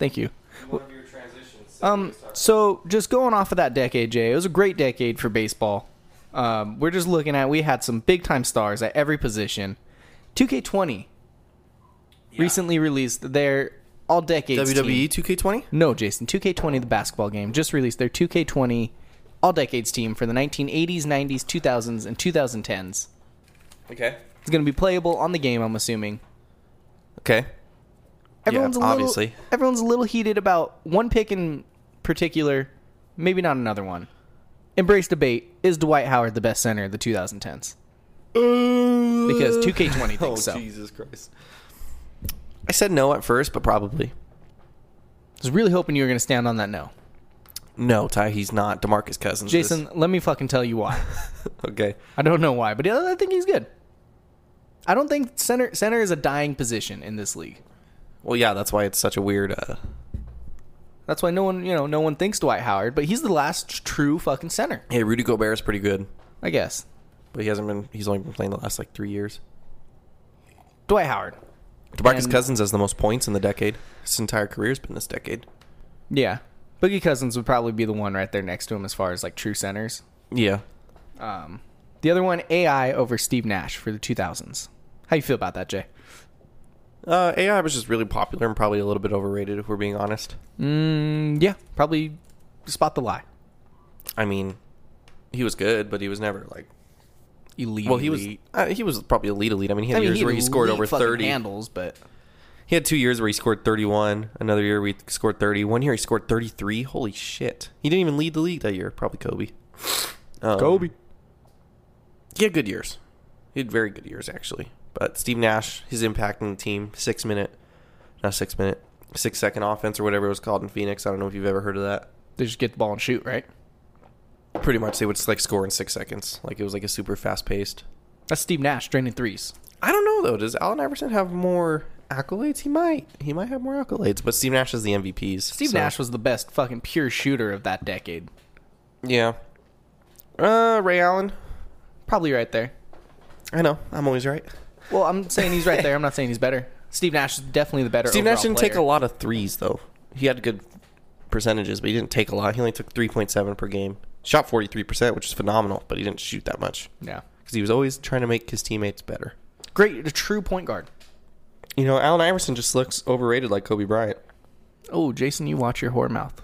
D: Thank you.
C: one of your transitions?
D: Um, so just going off of that decade, Jay, it was a great decade for baseball. Um, we're just looking at we had some big time stars at every position. 2K20 recently released their all decades team.
C: WWE 2K20.
D: No, Jason. 2K20, the basketball game, just released their 2K20 all decades team for the 1980s, 90s, 2000s, and 2010s.
C: Okay.
D: It's going to be playable on the game, I'm assuming.
C: Okay.
D: Everyone's a little,
C: obviously.
D: Everyone's a little heated about one pick in particular, maybe not another one. Embrace debate. Is Dwight Howard the best center of the 2010s? Because 2K20 thinks
C: Oh
D: so.
C: Jesus Christ! I said no at first, but probably
D: I was really hoping you were going to stand on that no.
C: no. Ty, he's not Demarcus Cousins. is.
D: Jason, let me fucking tell you why.
C: Okay.
D: I don't know why, but I I think he's good. I don't think center center is a dying position in this league.
C: Well, yeah, that's why it's such a weird. Uh,
D: That's why no one, you know, no one thinks Dwight Howard, but he's the last true fucking center,
C: hey, Rudy Gobert is pretty good,
D: I guess.
C: but he hasn't been. He's only been playing the last like three years.
D: Dwight Howard.
C: Demarcus
D: And-
C: Cousins has the most points in the decade. His entire career's been this decade.
D: Yeah. Boogie Cousins would probably be the one right there next to him as far as like true centers.
C: Yeah.
D: The other one, AI over Steve Nash for the 2000s. How you feel about that, Jay?
C: Uh, AI was just really popular and probably a little bit overrated, if we're being honest.
D: Mm, yeah, probably spot the lie.
C: I mean, he was good, but he was never like.
D: Elite.
C: Well, he was. Uh, he was probably elite, elite. I mean, he had years
D: had
C: where he scored
D: elite
C: over
D: fucking
C: thirty.
D: handles, but
C: He had two years where he scored thirty-one. Another year we scored thirty. One year he scored thirty-three. Holy shit! He didn't even lead the league that year. Probably Kobe. Um, He had good years. He had very good years actually. But Steve Nash, his impact on the team, six minute, not six minute, six second offense or whatever it was called in Phoenix. I don't know if you've ever heard of that.
D: they just get the ball and shoot, right?
C: Pretty much, they would just, like score in six seconds. Like it was like a super fast paced.
D: That's Steve Nash draining threes.
C: I don't know though. Does Allen Iverson have more accolades? He might. He might have more accolades. But Steve Nash is the MVPs.
D: Steve
C: so-
D: Nash was the best fucking pure shooter of that decade.
C: Yeah. Uh, Ray Allen.
D: Probably right there.
C: I know. I'm always right.
D: Well, I'm saying he's right there. I'm not saying he's better. Steve Nash is definitely the better.
C: Steve Nash didn't take a
D: lot.
C: lot of threes though. He had good percentages, but he didn't take a lot. He only took 3.7 per game. Shot 43%, which is phenomenal, but he didn't shoot that much
D: Yeah,
C: because he was always trying to make his teammates better.
D: great, a true point guard.
C: You know, Allen Iverson just looks overrated like Kobe Bryant.
D: Oh, Jason, you watch your whore mouth.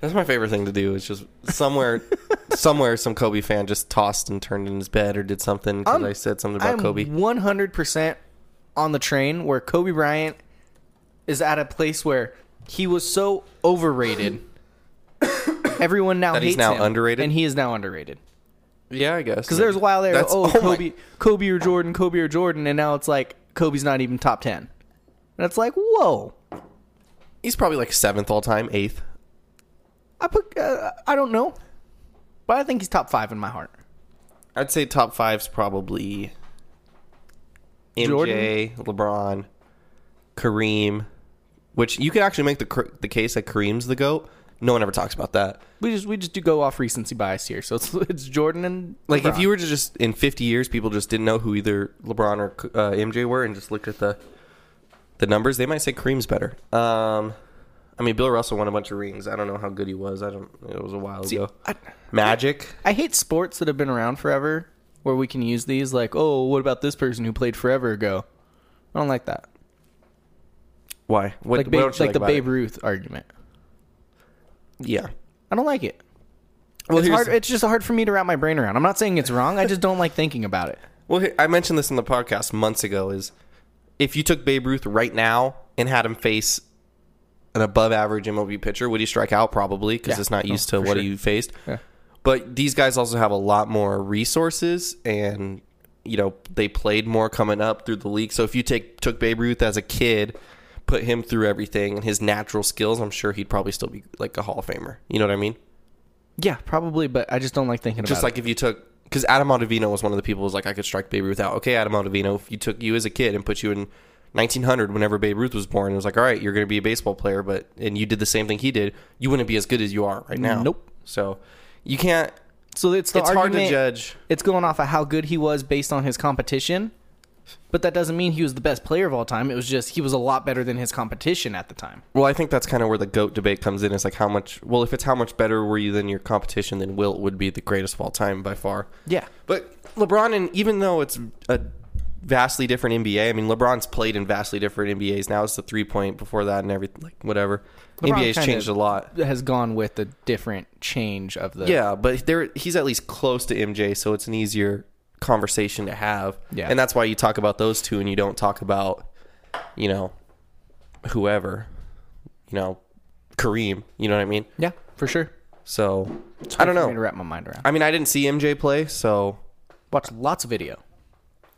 C: That's my favorite thing to do. Is just somewhere, somewhere, some Kobe fan just tossed and turned in his bed or did something because
D: I'm-
C: I said something about
D: I'm
C: Kobe.
D: 100% on the train where Kobe Bryant is at a place where he was so overrated. Everyone now
C: That
D: hates
C: he's now
D: him,
C: underrated?
D: and he is now underrated.
C: Yeah, I guess
D: Because there's a while there,
C: That's-
D: oh,
C: my-
D: Kobe, Kobe or Jordan, Kobe or Jordan, and now it's like Kobe's not even top ten. And it's like, whoa,
C: He's probably like seventh all time, eighth.
D: I put, uh, I don't know, but I think he's top five in my heart.
C: I'd say top five's probably MJ,
D: Jordan?
C: LeBron, Kareem, which you could actually make the cr- the case that Kareem's the goat. No one ever talks about that.
D: We just we just do go off recency bias here. So it's it's Jordan and
C: Like if
D: LeBron.
C: you were to just in 50 years, people just didn't know who either LeBron or uh, MJ were, and just looked at the the numbers, they might say Kareem's better. Um, I mean, Bill Russell won a bunch of rings. I don't know how good he was. I don't. It was a while ago. Magic.
D: I hate sports that have been around forever where we can use these like, "Oh, what about this person who played forever ago?" I don't like that.
C: Why? What,
D: like
C: what
D: Babe-
C: don't
D: like,
C: you
D: the
C: about
D: Babe Ruth argument.
C: It? Yeah.
D: I don't like it.
C: Well,
D: it's
C: here's
D: hard
C: the-
D: it's just hard for me to wrap my brain around. I'm not saying it's wrong. I just don't like thinking about it.
C: Well, here- I mentioned this in the podcast months ago. Is if you took Babe Ruth right now and had him face an above average MLB pitcher, would he strike out? Probably because
D: Yeah.
C: it's not
D: No,
C: used
D: for
C: to what
D: sure.
C: he faced.
D: Yeah.
C: But these guys also have a lot more resources, and you know they played more coming up through the league. So if you take took Babe Ruth as a kid, put him through everything and his natural skills, I'm sure he'd probably still be like a Hall of Famer. You know what I mean?
D: Yeah, probably, but I just don't like thinking
C: Just
D: about
C: like if you took, because Adam Ottavino was one of the people who was like, I could strike Babe Ruth out. Okay, Adam Ottavino, if you took you as a kid and put you in 1900 whenever Babe Ruth was born, it was like, all right, you're going to be a baseball player, but and you did the same thing he did, you wouldn't be as good as you are right now.
D: Nope.
C: So you can't.
D: it. So it's the
C: it's hard to
D: argument-
C: judge.
D: It's going off of how good he was based on his competition. But that doesn't mean he was the best player of all time. It was just he was a lot better than his competition at the time.
C: Well, I think that's kind of where the goat debate comes in. Is like how much. Well, if it's how much better were you than your competition, then Wilt would be the greatest of all time by far.
D: Yeah.
C: But LeBron, and even though it's a vastly different NBA, I mean, LeBron's played in vastly different NBAs. Now it's the three point before that and everything, like whatever.
D: LeBron
C: NBA's
D: kinda-
C: changed a lot.
D: Has gone with a different change of the
C: Yeah, but there he's at least close to MJ, so it's an easier conversation to have.
D: Yeah.
C: And that's why you talk about those two and you don't talk about, you know, whoever, you know, Kareem. You know what I mean?
D: Yeah, for sure.
C: So I don't
D: For me to
C: know.
D: wrap my mind around.
C: I mean, I didn't see MJ play, so
D: Watch lots of video.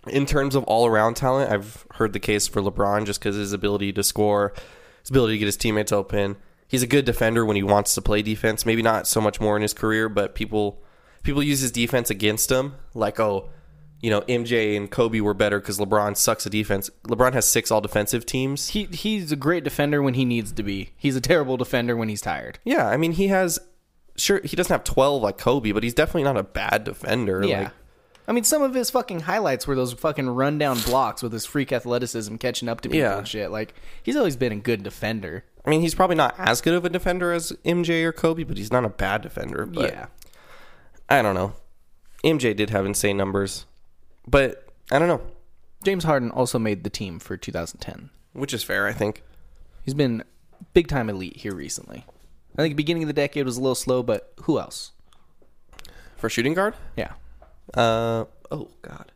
C: in terms of all around talent, I've heard the case for LeBron just because his ability to score, his ability to get his teammates open. He's a good defender when he wants to play defense. Maybe not so much more in his career, but people people use his defense against him. Like, oh, you know, MJ and Kobe were better because LeBron sucks at defense. LeBron has six all defensive teams.
D: He he's a great defender when he needs to be. He's a terrible defender when he's tired.
C: yeah, I mean, he has. Sure, he doesn't have twelve like Kobe, but he's definitely not a bad defender.
D: Yeah.
C: Like,
D: I mean, some of his fucking highlights were those fucking rundown blocks with his freak athleticism catching up to people
C: Yeah.
D: and shit. Like, he's always been a good defender.
C: I mean, he's probably not as good of a defender as MJ or Kobe, but he's not a bad defender. But
D: yeah.
C: I don't know. MJ did have insane numbers, but I don't know,
D: James Harden also made the team for 2010.
C: which is fair, I think.
D: He's been big time elite here recently. I think beginning of the decade was a little slow, but who else?
C: For shooting guard?
D: Yeah.
C: Uh oh god.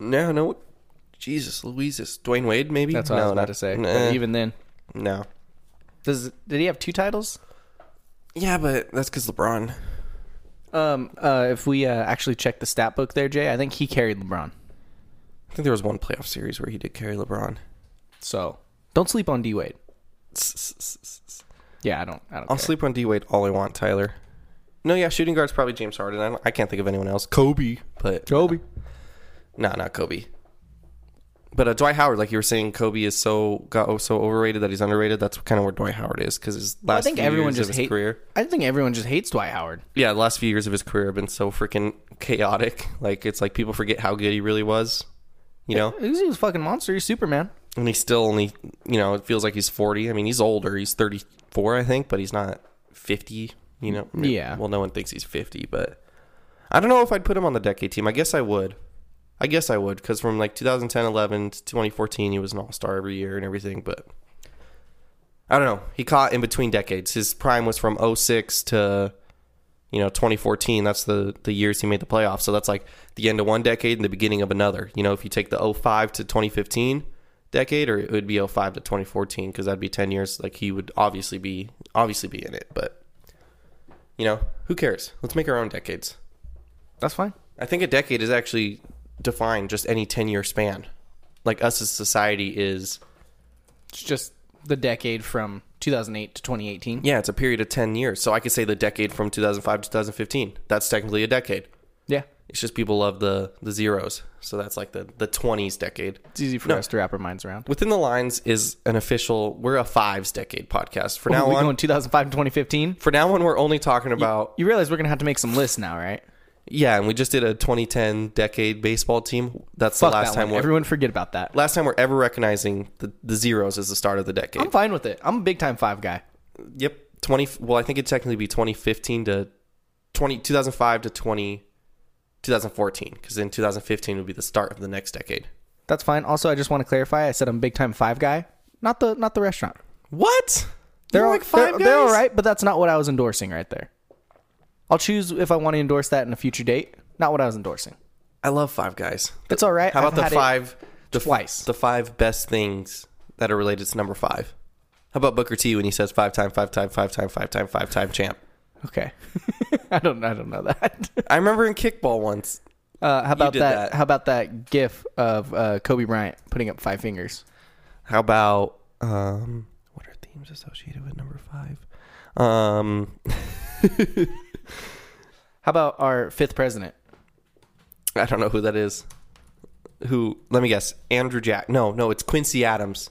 C: No, no. Jesus, Louises, Dwayne Wade maybe?
D: That's what
C: no,
D: I was about
C: not-
D: to say.
C: nah,
D: But even then,
C: no.
D: does did he have two titles?
C: Yeah, but that's cuz LeBron.
D: Um, uh, if we uh, actually check the stat book there, Jay, I think he carried LeBron.
C: I think there was one playoff series where he did carry LeBron.
D: So don't sleep on D Wade. Yeah, I don't. I don't.
C: I'll
D: care.
C: sleep on D Wade all I want, Tyler. No, yeah, shooting guard's probably James Harden. I, don't, I can't think of anyone else. Kobe, but
D: Kobe.
C: No, not Kobe. But uh, Dwight Howard, like you were saying, Kobe is so got oh, so overrated that he's underrated. That's kind of where Dwight Howard is because his last
D: I think
C: few
D: everyone
C: years
D: just
C: of his
D: hates.
C: career.
D: I think everyone just hates Dwight Howard.
C: Yeah, the last few years of his career have been so freaking chaotic. Like it's like people forget how good he really was. You know,
D: He was a fucking monster. He's Superman.
C: and he's still only you know it feels like he's forty. I mean, he's older. He's thirty four, I think, but he's not fifty. You know, I mean,
D: Yeah.
C: Well, no one thinks he's fifty, but I don't know if I'd put him on the decade team. I guess I would. I guess I would because from like 2010, 11 to 2014, he was an all star every year and everything. But I don't know. He caught in between decades. His prime was from 06 to you know 2014. That's the the years he made the playoffs. So that's like the end of one decade and the beginning of another. You know, if you take the 05 to 2015 decade, or it would be 05 to 2014 because that'd be 10 years. Like he would obviously be obviously be in it. But you know, who cares? Let's make our own decades.
D: That's fine.
C: I think a decade is actually defined just any 10 year span. Like us as society is,
D: It's just the decade from 2008 to 2018.
C: yeah, it's a period of 10 years. So I could say the decade from 2005 to 2015. That's technically a decade.
D: Yeah.
C: It's just people love the the zeros. So that's like the the 20s decade.
D: It's easy for
C: No.
D: us to wrap our minds around.
C: Within the Lines is an official. We're a fives decade podcast. For now
D: Ooh, Oh, we
C: on,
D: going 2005 to 2015.
C: for now on, we're only talking about
D: You realize we're gonna have to make some lists now, right?
C: yeah. And we just did a 2010 decade baseball team. That's
D: Fuck
C: the last
D: that
C: time
D: one.
C: we're
D: Everyone forget about that.
C: last time we're ever recognizing the, the zeros as the start of the decade.
D: I'm fine with it. I'm a big time five guy.
C: Yep. 20 well, I think it'd technically be 2015 to 20 2005 to 20 2014 because then 2015 would be the start of the next decade.
D: That's fine. Also, I just want to clarify. I said I'm a big time five guy, not the not the restaurant.
C: What?
D: They're
C: You're
D: all-
C: like five
D: they're,
C: guys?
D: They're all right, but that's not what I was endorsing right there. I'll choose if I want to endorse that in a future date. Not what I was endorsing.
C: I love five guys.
D: It's all right.
C: How
D: I've
C: about
D: had
C: the
D: it
C: five the f-
D: twice.
C: the five best things that are related to number 5? How about Booker T when he says five time five time five time five time five time champ?
D: Okay. I don't I don't know that.
C: I remember in kickball once.
D: Uh, how about
C: did
D: that,
C: that.
D: How about that GIF of uh, Kobe Bryant putting up five fingers?
C: How about um what are themes associated with number 5? Um
D: How about our fifth president?
C: I don't know who that is. Who? Let me guess. Andrew Jack. No, no, it's Quincy Adams.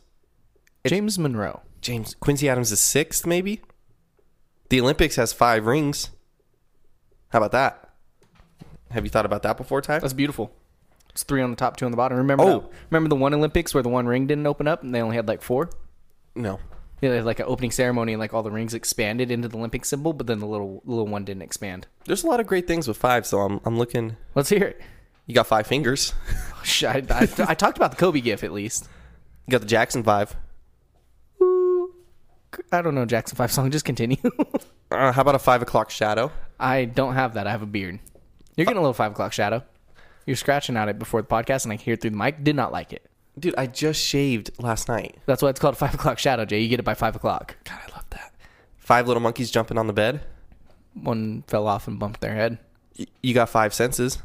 D: James Monroe.
C: James Quincy Adams is sixth, maybe. The Olympics has five rings. How about that? Have you thought about that before, Ty?
D: That's beautiful. It's three on the top, two on the bottom. Remember,
C: Oh.
D: the- remember the one Olympics where the one ring didn't open up and they only had like four.
C: No.
D: Yeah, they had like an opening ceremony and like all the rings expanded into the Olympic symbol, but then the little little one didn't expand.
C: There's a lot of great things with five, so I'm I'm looking.
D: Let's hear it.
C: You got five fingers.
D: Sh- I, I, I talked about the Kobe GIF at least.
C: You got the Jackson five.
D: I don't know Jackson Five song. Just continue.
C: Uh, how about a five o'clock shadow?
D: I don't have that. I have a beard. You're getting a little five o'clock shadow. You're scratching at it before the podcast, and I can hear it through the mic. Did not like it.
C: Dude, I just shaved last night.
D: That's why it's called five o'clock shadow, Jay. You get it by five o'clock.
C: God, I love that. Five little monkeys jumping on the bed.
D: One fell off and bumped their head.
C: Y- you got five senses.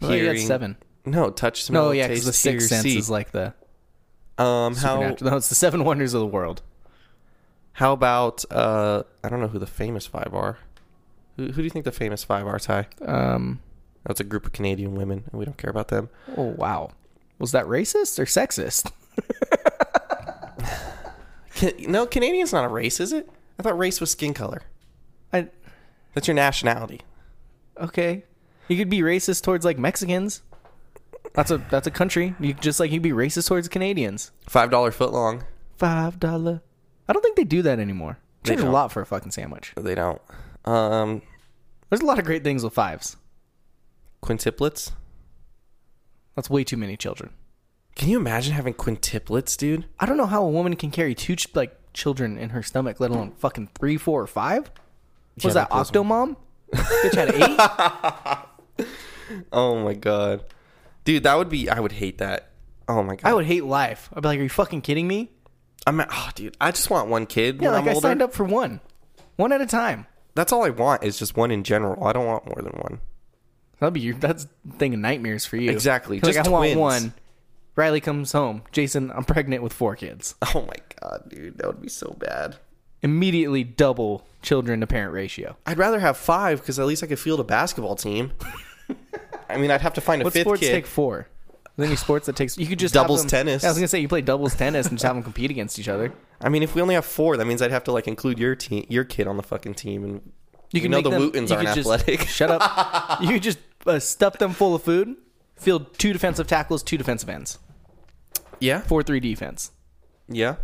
D: Oh, you had
C: Hearing-
D: seven.
C: No, touch, smell,
D: No, yeah, because
C: taste,
D: the sixth
C: hear,
D: sense
C: see.
D: is like the
C: Um, how
D: supernatural. No, it's the seven wonders of the world.
C: how about uh, I don't know who the famous five are. Who, who do you think the famous five are, Ty?
D: Um.
C: That's a group of Canadian women, and we don't care about them.
D: Oh wow. Was that racist or sexist?
C: Can, no, Canadian's not a race, is it? I thought race was skin color.
D: I
C: That's your nationality.
D: okay. You could be racist towards like Mexicans. That's a that's a country. You just like you'd be racist towards Canadians.
C: Five dollar foot long.
D: Five dollar. I don't think they do that anymore. Change a
C: don't.
D: lot for a fucking sandwich.
C: They don't. Um,
D: There's a lot of great things with fives.
C: quintuplets.
D: That's way too many children.
C: Can you imagine having quintuplets, dude?
D: I don't know how a woman can carry two ch- like children in her stomach, let alone fucking three, four, or five. Was
C: Yeah,
D: that Octomom? Bitch had eight.
C: Oh my god, dude, that would be. I would hate that. Oh my god,
D: I would hate life. I'd be like, "Are you fucking kidding me?"
C: I'm. Oh, dude, I just want one kid.
D: Yeah,
C: when
D: like
C: I'm
D: I
C: older.
D: signed up for one, one at a time.
C: That's all I want is just one in general. I don't want more than one.
D: That'll be your that's the thing of nightmares for you.
C: Exactly.
D: Like
C: Just
D: I want
C: twins.
D: one. Riley comes home. Jason, I'm pregnant with four kids.
C: Oh my god, dude, that would be so bad.
D: Immediately double children to parent ratio.
C: I'd rather have five because at least I could field a basketball team. I mean, I'd have to find a
D: What
C: fifth
D: sports
C: kid.
D: take four? Is there any sports that takes you could just
C: Doubles
D: have them-
C: tennis.
D: Yeah, I was gonna say you play doubles tennis and just have them compete against each other.
C: I mean, if we only have four, that means I'd have to like include your team, your kid on the fucking team, and you
D: can
C: know
D: make
C: the
D: them-
C: Wootons
D: you
C: aren't
D: could just-
C: athletic.
D: Shut up. you could just uh, stuff them full of food, field two defensive tackles, two defensive ends,
C: yeah,
D: four three defense.
C: yeah,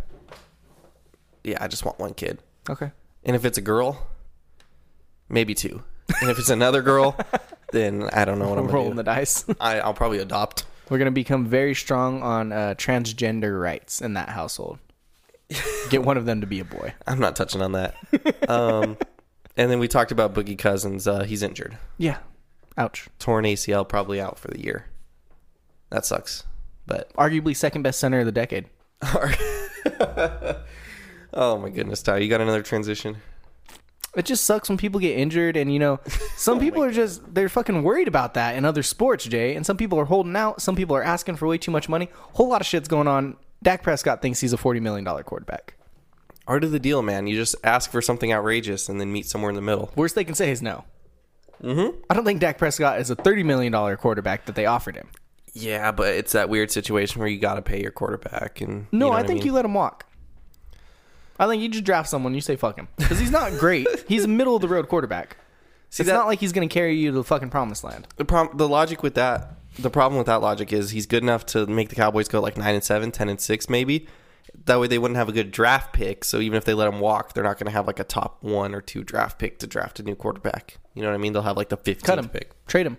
C: yeah. I just want one kid,
D: Okay.
C: and if it's a girl, maybe two, and if it's another girl, then I don't know what I'm
D: Rolling
C: gonna
D: the
C: do.
D: dice.
C: I, I'll probably adopt.
D: We're gonna become very strong on uh, transgender rights in that household. Get one of them to be a boy.
C: I'm not touching on that. um, and then we talked about Boogie Cousins. Uh, he's injured,
D: Yeah. Ouch.
C: torn ACL, probably out for the year. That sucks. But
D: Arguably second best center of the decade.
C: oh my goodness, Ty, you got another transition.
D: It just sucks when people get injured, and you know, some people are just they're fucking worried about that in other sports, Jay. And some people are holding out. Some people are asking for way too much money. Whole lot of shit's going on. Dak Prescott thinks he's a forty million dollar quarterback.
C: Art of the deal, man. You just ask for something outrageous and then meet somewhere in the middle.
D: Worst they can say is no. Mm-hmm. I don't think Dak Prescott is a $30 million quarterback that they offered him.
C: Yeah, but it's that weird situation where you got to pay your quarterback, and
D: No,
C: you know
D: I
C: what
D: think
C: mean?
D: you let him walk. I think you just draft someone. You say fuck him because he's not great. he's a middle of the road quarterback. it's
C: that-
D: not like he's going to carry you to the fucking promised land.
C: the problem the logic with that the problem with that logic is he's good enough to make the cowboys go like 9 and 7 10 and 6 maybe that way they wouldn't have a good draft pick so even if they let him walk they're not going to have like a top one or two draft pick to draft a new quarterback you know what i mean they'll have like the 15th
D: Cut him.
C: pick
D: Trade him.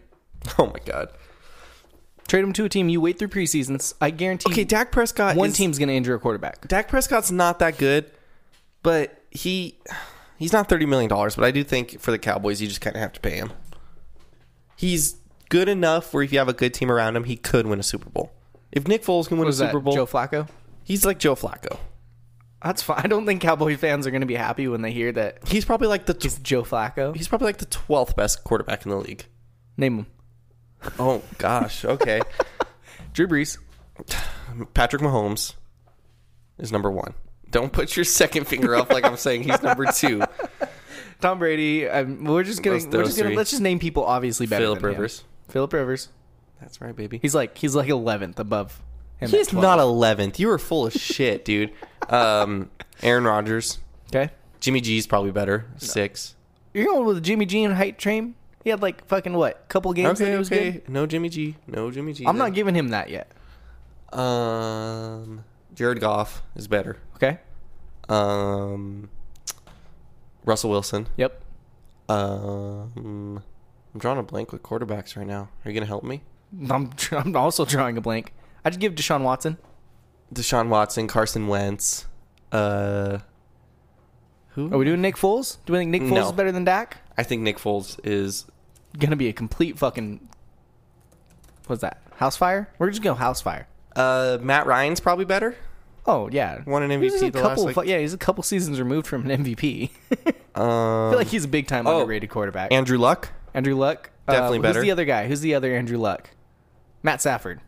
C: oh my god
D: Trade him to a team. You wait through preseasons. I guarantee.
C: okay dak prescott
D: one
C: is-
D: team's going to injure a quarterback.
C: dak prescott's not that good but he he's not 30 million dollars but i do think for the cowboys you just kind of have to pay him he's good enough where if you have a good team around him he could win a super bowl if Nick Foles can win a
D: What is that?
C: Super Bowl,
D: Joe Flacco.
C: He's like Joe Flacco.
D: That's fine. I don't think Cowboy fans are going to be happy when they hear that
C: He's probably like the
D: he's
C: tw-
D: Joe Flacco.
C: he's probably like the twelfth best quarterback in the league.
D: Name him
C: Oh gosh, okay.
D: Drew Brees.
C: Patrick Mahomes is number one. Don't put your second finger up like I'm saying he's number two.
D: Tom Brady. Um, we're just gonna,
C: Those-
D: we're
C: those
D: just gonna
C: three.
D: let's just name people obviously better.
C: Philip
D: than him.
C: Rivers.
D: Philip Rivers.
C: That's right, baby.
D: He's like he's like eleventh above. Him at
C: he's
D: 12.
C: not eleventh. You are full of shit, dude. Um, Aaron Rodgers,
D: okay.
C: Jimmy G's probably better. Six.
D: You're going with Jimmy G and hype train. He had like fucking what? Couple games that
C: Okay,
D: he was
C: okay.
D: good.
C: No Jimmy G. No Jimmy G.
D: I'm not giving him that yet.
C: not. Um, Jared Goff is better.
D: Okay.
C: Um, Russell Wilson.
D: Yep.
C: Um, I'm drawing a blank with quarterbacks right now. Are you gonna help me?
D: I'm tr- I'm also drawing a blank. I just give Deshaun Watson.
C: Deshaun Watson, Carson Wentz. Uh,
D: Are we doing Nick Foles? Do we think Nick Foles
C: No.
D: is better than Dak?
C: I think Nick Foles is.
D: Gonna be a complete fucking. What's that? House fire? We're just gonna house fire.
C: Uh, Matt Ryan's probably better.
D: Oh yeah,
C: Won an
D: He was
C: MVP
D: a
C: the last,
D: couple
C: like-
D: fu- yeah, he's a couple seasons removed from an MVP. I feel like he's a big time
C: oh,
D: underrated quarterback.
C: Andrew Luck.
D: Andrew Luck. Uh,
C: Definitely
D: who's
C: better.
D: Who's the other guy? Who's the other Andrew Luck? Matt Safford.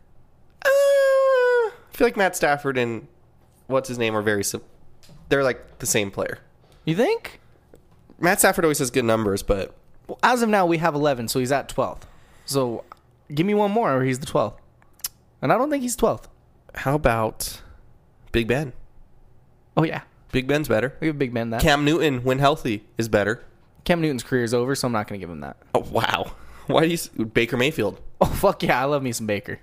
C: Uh, I feel like Matt Stafford and what's his name are very sim- They're like the same player.
D: You think?
C: Matt Stafford always has good numbers, but
D: Well, as of now, we have 11, so he's at 12th. So give me one more, or he's the 12th. And I don't think he's 12th.
C: how about Big Ben?
D: Oh, yeah.
C: Big Ben's better.
D: I give Big Ben that.
C: Cam Newton, when healthy, is better.
D: Cam Newton's career is over, so I'm not going to give him that.
C: Oh wow! Why do you s- Baker Mayfield?
D: Oh, fuck yeah. I love me some Baker.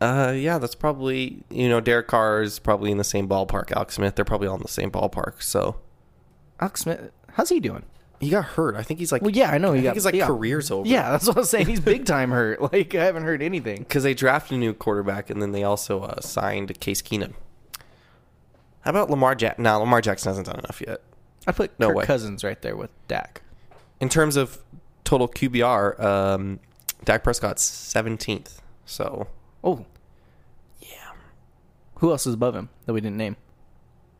C: Uh, yeah, that's probably you know Derek Carr is probably in the same ballpark. Alex Smith, they're probably all in the same ballpark. So
D: Alex Smith, how's he doing?
C: he got hurt. I think he's like
D: Well, yeah, I know. He
C: I
D: got,
C: think his like
D: yeah.
C: career's over.
D: Yeah, that's what I was saying. He's big time hurt. Like, I haven't heard anything.
C: because they drafted a new quarterback and then they also uh, signed Case Keenum. How about Lamar Jackson? No, Lamar Jackson hasn't done enough yet.
D: I put
C: No
D: Kirk
C: way.
D: Cousins right there with Dak.
C: In terms of total QBR, um, Dak Prescott's seventeenth. So
D: Oh. Yeah. Who else is above him that we didn't name?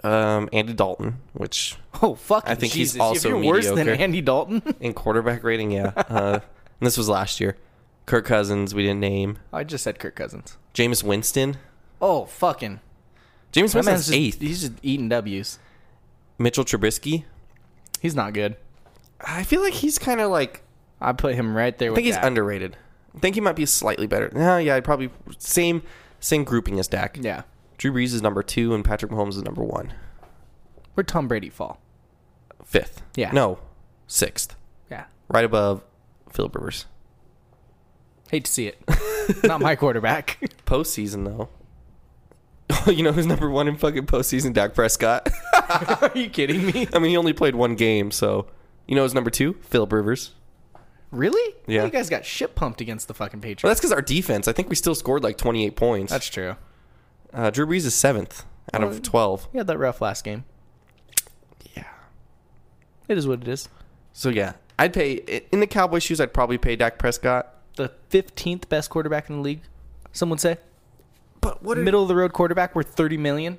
C: um, Andy Dalton, which
D: Oh, fucking
C: I think he's
D: Jesus.
C: also
D: if you're worse than
C: mediocre.
D: Andy Dalton,
C: in quarterback rating, yeah, uh, and this was last year. Kirk Cousins, we didn't name.
D: I just said Kirk Cousins.
C: Jameis Winston.
D: Oh, fucking.
C: James
D: That
C: Winston's
D: man's just,
C: eighth.
D: He's just eating W's.
C: Mitchell Trubisky.
D: He's not good.
C: I feel like he's kind of like.
D: I put him right there.
C: I
D: With
C: think he's
D: Dak.
C: underrated. I think he might be slightly better. No, yeah, I'd probably same same grouping as Dak.
D: Yeah,
C: Drew Brees is number two, and Patrick Mahomes is number one.
D: where Tom Brady fall?
C: Fifth.
D: Yeah.
C: No, sixth.
D: Yeah,
C: Right above Philip Rivers.
D: hate to see it. not my quarterback.
C: Postseason though. you know who's number one in fucking postseason? Dak Prescott.
D: Are you kidding me?
C: I mean, he only played one game, so you know who's number two? Philip Rivers.
D: Really?
C: Yeah.
D: You guys got shit pumped against the fucking Patriots.
C: Well, that's because our defense. I think we still scored like 28 points.
D: That's true.
C: Uh, Drew Brees is seventh out of 12.
D: He had that rough last game.
C: Yeah.
D: It is what it is.
C: So yeah, I'd pay in the Cowboy shoes. I'd probably pay Dak Prescott.
D: The fifteenth best quarterback in the league. Some would say
C: But what
D: middle of the road quarterback worth thirty million.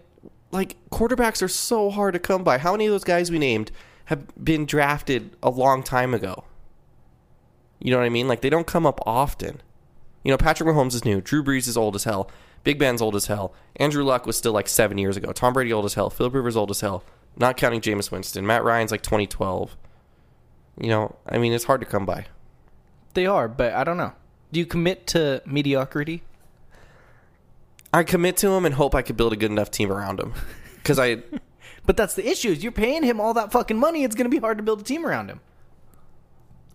C: like quarterbacks are so hard to come by? How many of those guys we named have been drafted a long time ago? You know what I mean? Like they don't come up often. You know, Patrick Mahomes is new. Drew Brees is old as hell. Big Ben's old as hell. Andrew Luck was still like seven years ago. Tom Brady old as hell. Philip Rivers old as hell. Not counting Jameis Winston. Matt Ryan's like 2012. You know, I mean, it's hard to come by.
D: They are, but I don't know. Do you commit to mediocrity?
C: I commit to him and hope I could build a good enough team around him. Because I,
D: But that's the issue. Is you're paying him all that fucking money. It's going to be hard to build a team around him.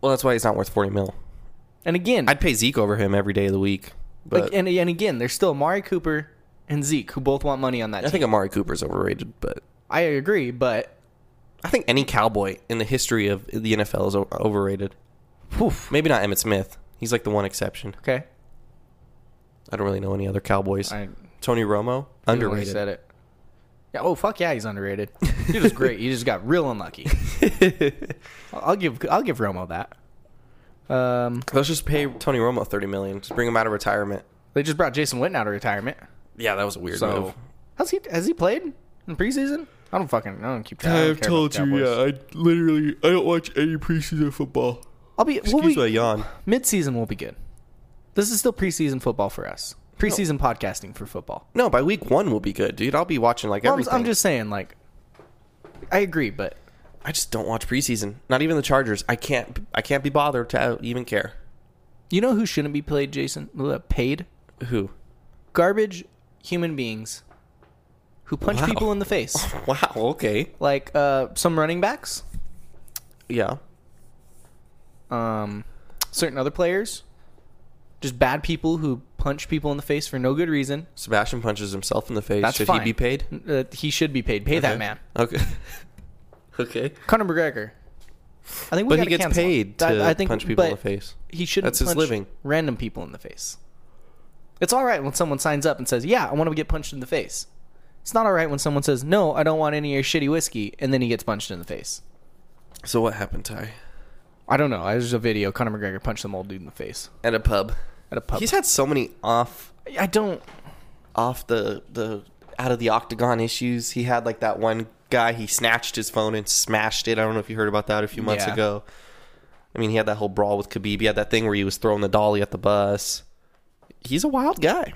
C: well, that's why he's not worth forty mil.
D: And again,
C: I'd pay Zeke over him every day of the week. But
D: like, and, and again, there's still Amari Cooper and Zeke who both want money on that.
C: I
D: team.
C: think Amari Cooper's overrated. But
D: I agree, but
C: I think any cowboy in the history of the NFL is o- overrated. Maybe not Emmett Smith. He's like the one exception.
D: okay.
C: I don't really know any other cowboys.
D: I
C: Tony Romo
D: underrated.
C: underrated.
D: said it. Yeah, oh fuck yeah, he's underrated. He was great. He just got real unlucky. I'll I'll give I'll give Romo that. Um,
C: Let's just pay Tony Romo thirty million. Just bring him out of retirement.
D: they just brought Jason Witten out of retirement.
C: Yeah, that was a weird
D: So
C: move.
D: how's he has he played in preseason? I don't fucking I don't keep track. I've told you, uh, yeah.
C: uh, I literally I don't watch any preseason football.
D: I'll be we'll
C: Excuse my
D: be,
C: yawn.
D: mid-season will be good. This is still preseason football for us. Preseason podcasting for football.
C: No, by week one will be good, dude. I'll be watching like
D: Well, I'm,
C: everything.
D: I'm just saying, like, I agree, but
C: I just don't watch preseason. Not even the Chargers. I can't. I can't be bothered to even care.
D: you know who shouldn't be played, Jason? Uh, Paid
C: Who?
D: garbage human beings who punch
C: Wow.
D: people in the face,
C: Wow. Okay.
D: like uh, some running backs,
C: Yeah.
D: um, certain other players, just bad people who punch people in the face for no good reason.
C: Sebastian punches himself in the face.
D: That's
C: Should
D: fine.
C: he be paid?
D: Uh, he should be paid. Pay that man,
C: Okay. okay.
D: Conor McGregor. I think we
C: But he
D: gotta
C: gets
D: cancel him.
C: paid
D: I-
C: to
D: I think-
C: punch people in the
D: but-
C: face.
D: he shouldn't
C: That's his
D: punch
C: living.
D: random people in the face. It's all right when someone signs up and says, "Yeah, I want to get punched in the face." It's not all right when someone says, "No, I don't want any of your shitty whiskey," and then he gets punched in the face.
C: So what happened, Ty?
D: I don't know. I was just a video. Conor McGregor punched some old dude in the face
C: At a pub.
D: at a pub.
C: He's had so many off,
D: I don't.
C: off the the out of the octagon issues. He had like that one guy. He snatched his phone and smashed it. I don't know if you heard about that a few months
D: Yeah.
C: ago. I mean, he had that whole brawl with Khabib. He had that thing where he was throwing the dolly at the bus. He's a wild guy.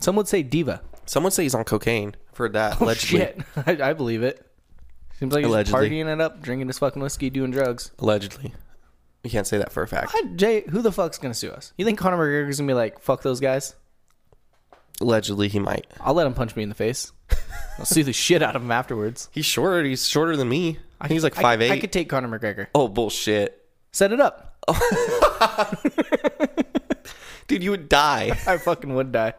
D: Some would say diva.
C: Someone say he's on cocaine. I've heard that. allegedly.
D: Oh, Shit, I, I believe it. Seems like he's
C: Allegedly.
D: partying it up, drinking his fucking whiskey, doing drugs.
C: Allegedly. You can't say that for a fact.
D: I, Jay, who the fuck's gonna sue us? You think Conor McGregor's gonna be like, "Fuck those guys"?
C: Allegedly, he might.
D: I'll let him punch me in the face. I'll sue the shit out of him afterwards.
C: He's short. He's shorter than me. I think he's like
D: I-
C: five eight.
D: I could take Conor McGregor.
C: oh bullshit,
D: Set it up.
C: dude! You would die.
D: I fucking would die.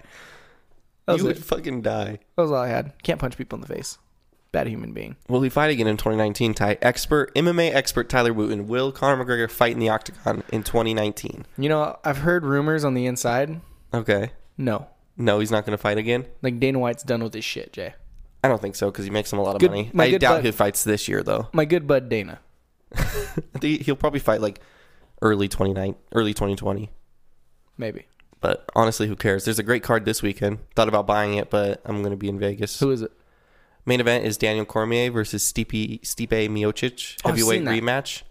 D: That was,
C: you
D: it.
C: would fucking die.
D: that was all I had. Can't punch people in the face. Bad human being.
C: Will he fight again in 2019? Ty expert MMA expert Tyler Wooten. Will Conor McGregor fight in the octagon in 2019?
D: You know, I've heard rumors on the inside.
C: Okay.
D: No.
C: No, he's not going to fight again.
D: Like Dana White's done with this shit, Jay.
C: I don't think so because he makes him a lot of
D: Good-
C: money.
D: my
C: I
D: good
C: doubt
D: bud-
C: he fights this year though.
D: My good bud Dana.
C: I think he'll probably fight like early 29, early 2020.
D: Maybe.
C: But honestly, who cares? There's a great card this weekend. Thought about buying it, but I'm going to be in Vegas.
D: Who is it?
C: Main event is Daniel Cormier versus Stipe, Stipe Miocic
D: Oh, I've
C: heavyweight
D: seen that.
C: rematch.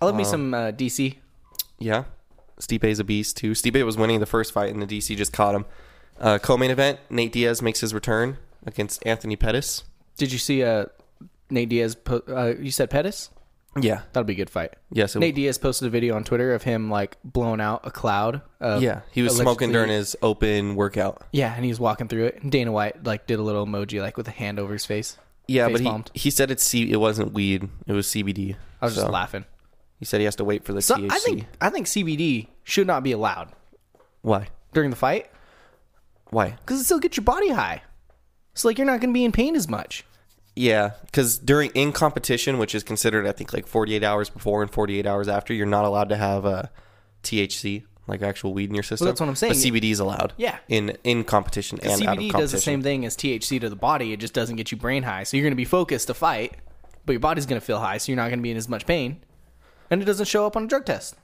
D: I
C: Oh.
D: love me some uh, DC.
C: Yeah, Stipe's a beast too. Stipe was winning the first fight, and the DC just caught him. Uh, co-main event: Nate Diaz makes his return against Anthony Pettis.
D: Did you see uh, Nate Diaz? Po- uh, you said Pettis?
C: Yeah,
D: That'll be a good fight.
C: yes, it,
D: Nate Diaz posted a video on Twitter of him like blowing out a cloud. Of
C: yeah. He was smoking
D: allegedly-
C: during his open workout.
D: Yeah, and he was walking through it. And Dana White like did a little emoji like with a hand over his face.
C: Yeah,
D: Face
C: but
D: palmed.
C: he, he said it's C. It wasn't weed. It was CBD.
D: I was just
C: So,
D: laughing.
C: He said he has to wait for the
D: So
C: THC.
D: I think I think CBD should not be allowed
C: why?
D: during the fight
C: Why?
D: because it still gets your body high. So like you're not going to be in pain as much.
C: Yeah, because during in competition, which is considered, I think, like 48 hours before and 48 hours after, you're not allowed to have uh, THC, like actual weed in your system.
D: that's what I'm saying.
C: But CBD is allowed.
D: Yeah.
C: in in competition and out of
D: CBD
C: competition.
D: does the same thing as THC to the body. It just doesn't get you brain high. So you're going to be focused to fight, but your body's going to feel high, so you're not going to be in as much pain, and it doesn't show up on a drug test.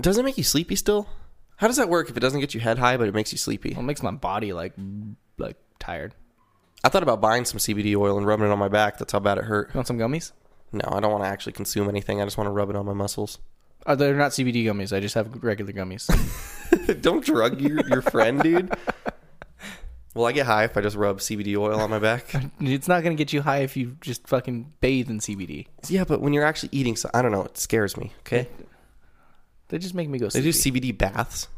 C: Does it make you sleepy still? How does that work if it doesn't get you head high, but it makes you sleepy?
D: Well, it makes my body like like tired.
C: I thought about buying some CBD oil and rubbing it on my back. That's how bad it hurt.
D: You want some gummies?
C: No, I don't want to actually consume anything. I just want to rub it on my muscles.
D: Oh, they're not CBD gummies. I just have regular gummies.
C: don't drug your, your friend, dude. Will I get high if I just rub CBD oil on my back?
D: it's not going to get you high if you just fucking bathe in CBD.
C: Yeah, but when you're actually eating, so I don't know, it scares me. Okay,
D: They just make me go.
C: They
D: Sleepy.
C: do CBD baths,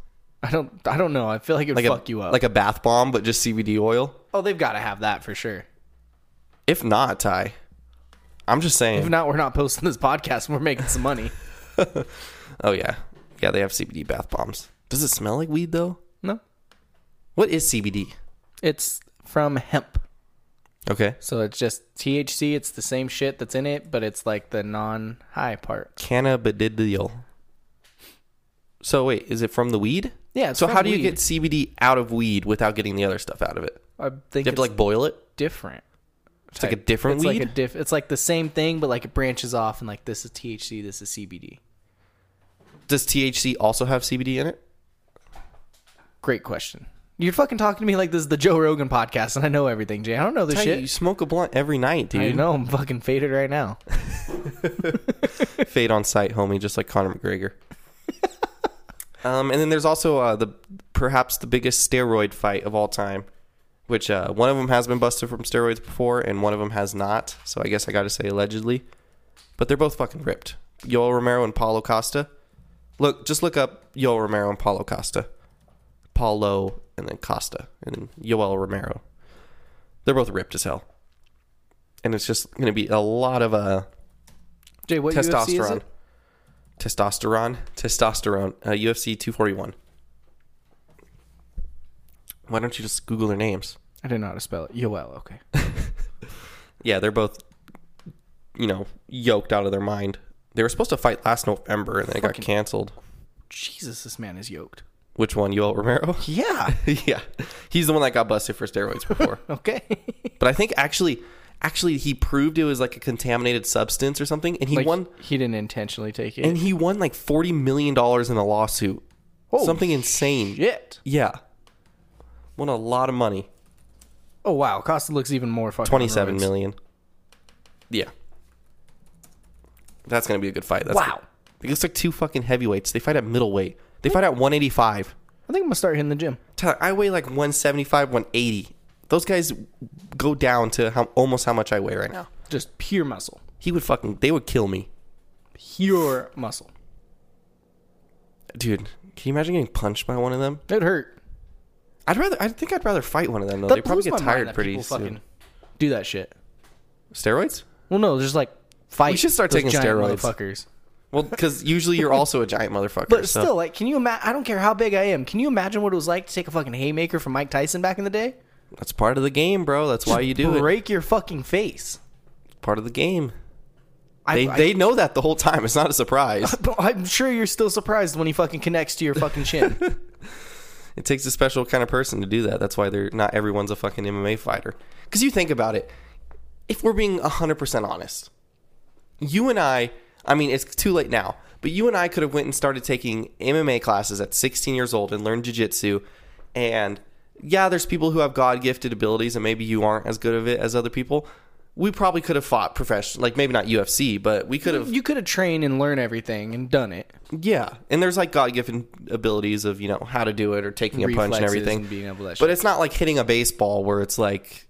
D: I don't. I don't know. I feel like it would
C: like
D: fuck
C: a,
D: you up.
C: like a bath bomb, but just CBD oil.
D: oh, they've got to have that for sure.
C: If not, Ty, I'm just saying.
D: If not, we're not posting this podcast. and We're making some money.
C: oh yeah, yeah, they have CBD bath bombs. Does it smell like weed though?
D: no,
C: What is CBD?
D: it's from hemp.
C: Okay,
D: So it's just THC. It's the same shit that's in it, but it's like the non-high part.
C: cannabidiol. So wait, is it from the weed?
D: Yeah, it's
C: so
D: from
C: how do you
D: weed.
C: get CBD out of weed without getting the other stuff out of it?
D: I think
C: You have
D: it's
C: to like boil it.
D: different. It's
C: like a different
D: it's Like
C: weed?
D: a diff- it's like the same thing, but like it branches off, and like this is THC, this is CBD.
C: Does THC also have CBD in it?
D: Great question. You're fucking talking to me like this is the Joe Rogan podcast, and I know everything, Jay. I don't know this
C: Ty,
D: shit.
C: You smoke a blunt every night, dude.
D: I know I'm fucking faded right now.
C: Fade on sight, homie, just like Conor McGregor. um, and then there's also uh, the perhaps the biggest steroid fight of all time, which uh, one of them has been busted from steroids before, and one of them has not. So I guess I got to say allegedly, but they're both fucking ripped. Yoel Romero and Paulo Costa. Look, just look up Yoel Romero and Paulo Costa, Paulo and then Costa, and then Yoel Romero. They're both ripped as hell, and it's just going to be a lot of uh
D: Jay, what UFC is
C: testosterone.
D: it?
C: Testosterone. Testosterone. Uh, UFC 241. Why don't you just Google their names?
D: I didn't know how to spell it. Yoel, okay.
C: Yeah, they're both, you know, yoked out of their mind. They were supposed to fight last November and then it got canceled.
D: Jesus, this man is yoked.
C: Which one, Yoel Romero?
D: Yeah.
C: yeah, he's the one that got busted for steroids before.
D: Okay.
C: but I think actually, actually, he proved it was like a contaminated substance or something, and he
D: Like,
C: won.
D: He didn't intentionally take it.
C: And he won like forty million dollars in a lawsuit.
D: Holy
C: something insane.
D: shit.
C: Yeah. Won a lot of money.
D: Oh wow, Costa looks even more fucking.
C: Twenty-seven
D: ruined.
C: million. Yeah. That's going to be a good fight. That's
D: Wow.
C: It looks like two fucking heavyweights. They fight at middleweight. They fight at 185.
D: I think I'm gonna start hitting the gym.
C: Tyler, I weigh like 175, 180. Those guys go down to how, almost how much I weigh right now.
D: Just pure muscle.
C: He would fucking, they would kill me.
D: Pure muscle.
C: Dude, can you imagine getting punched by one of them?
D: It hurt.
C: I'd rather, I think I'd rather fight one of them though.
D: That
C: they probably
D: blows
C: get
D: my mind
C: tired
D: that
C: pretty
D: people
C: soon.
D: fucking Do that shit.
C: Steroids?
D: Well, no, there's like fight.
C: We should start
D: those
C: taking
D: giant
C: steroids.
D: motherfuckers.
C: Well, because usually you're also a giant motherfucker.
D: But
C: so-
D: still, like, can you imagine? I don't care how big I am. Can you imagine what it was like to take a fucking haymaker from Mike Tyson back in the day?
C: that's part of the game, bro. That's why you do it.
D: Break your fucking face.
C: part of the game.
D: I-
C: They,
D: I,
C: they know that the whole time. It's not a surprise.
D: But I'm sure you're still surprised when he fucking connects to your fucking chin.
C: it takes a special kind of person to do that. That's why they're not everyone's a fucking MMA fighter. Because you think about it, if we're being 100% honest, you and I, I mean, it's too late now, but you and I could have went and started taking MMA classes at 16 years old and learned jiu-jitsu and yeah, there's people who have god-gifted abilities and maybe you aren't as good of it as other people. We probably could have fought professional, like maybe not UFC, but we could have
D: you could have trained and learned everything and done it.
C: Yeah, and there's like God given abilities of you know how to do it or taking a punch and
D: Reflexes
C: everything.
D: and being able to that
C: but
D: shit.
C: it's not like hitting a baseball where it's like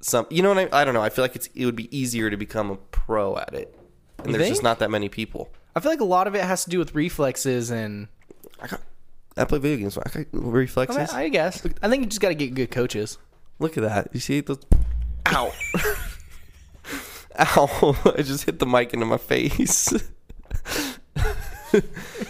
C: some. You know what I? I don't know. I feel like it's it would be easier to become a pro at it, and there's
D: think?
C: just not that many people.
D: I feel like a lot of it has to do with reflexes and
C: I got. I play video games. I got reflexes.
D: I, mean, I guess I think you just got to get good coaches.
C: Look at that. You see those? Ow. Ow. I just hit the mic into my face.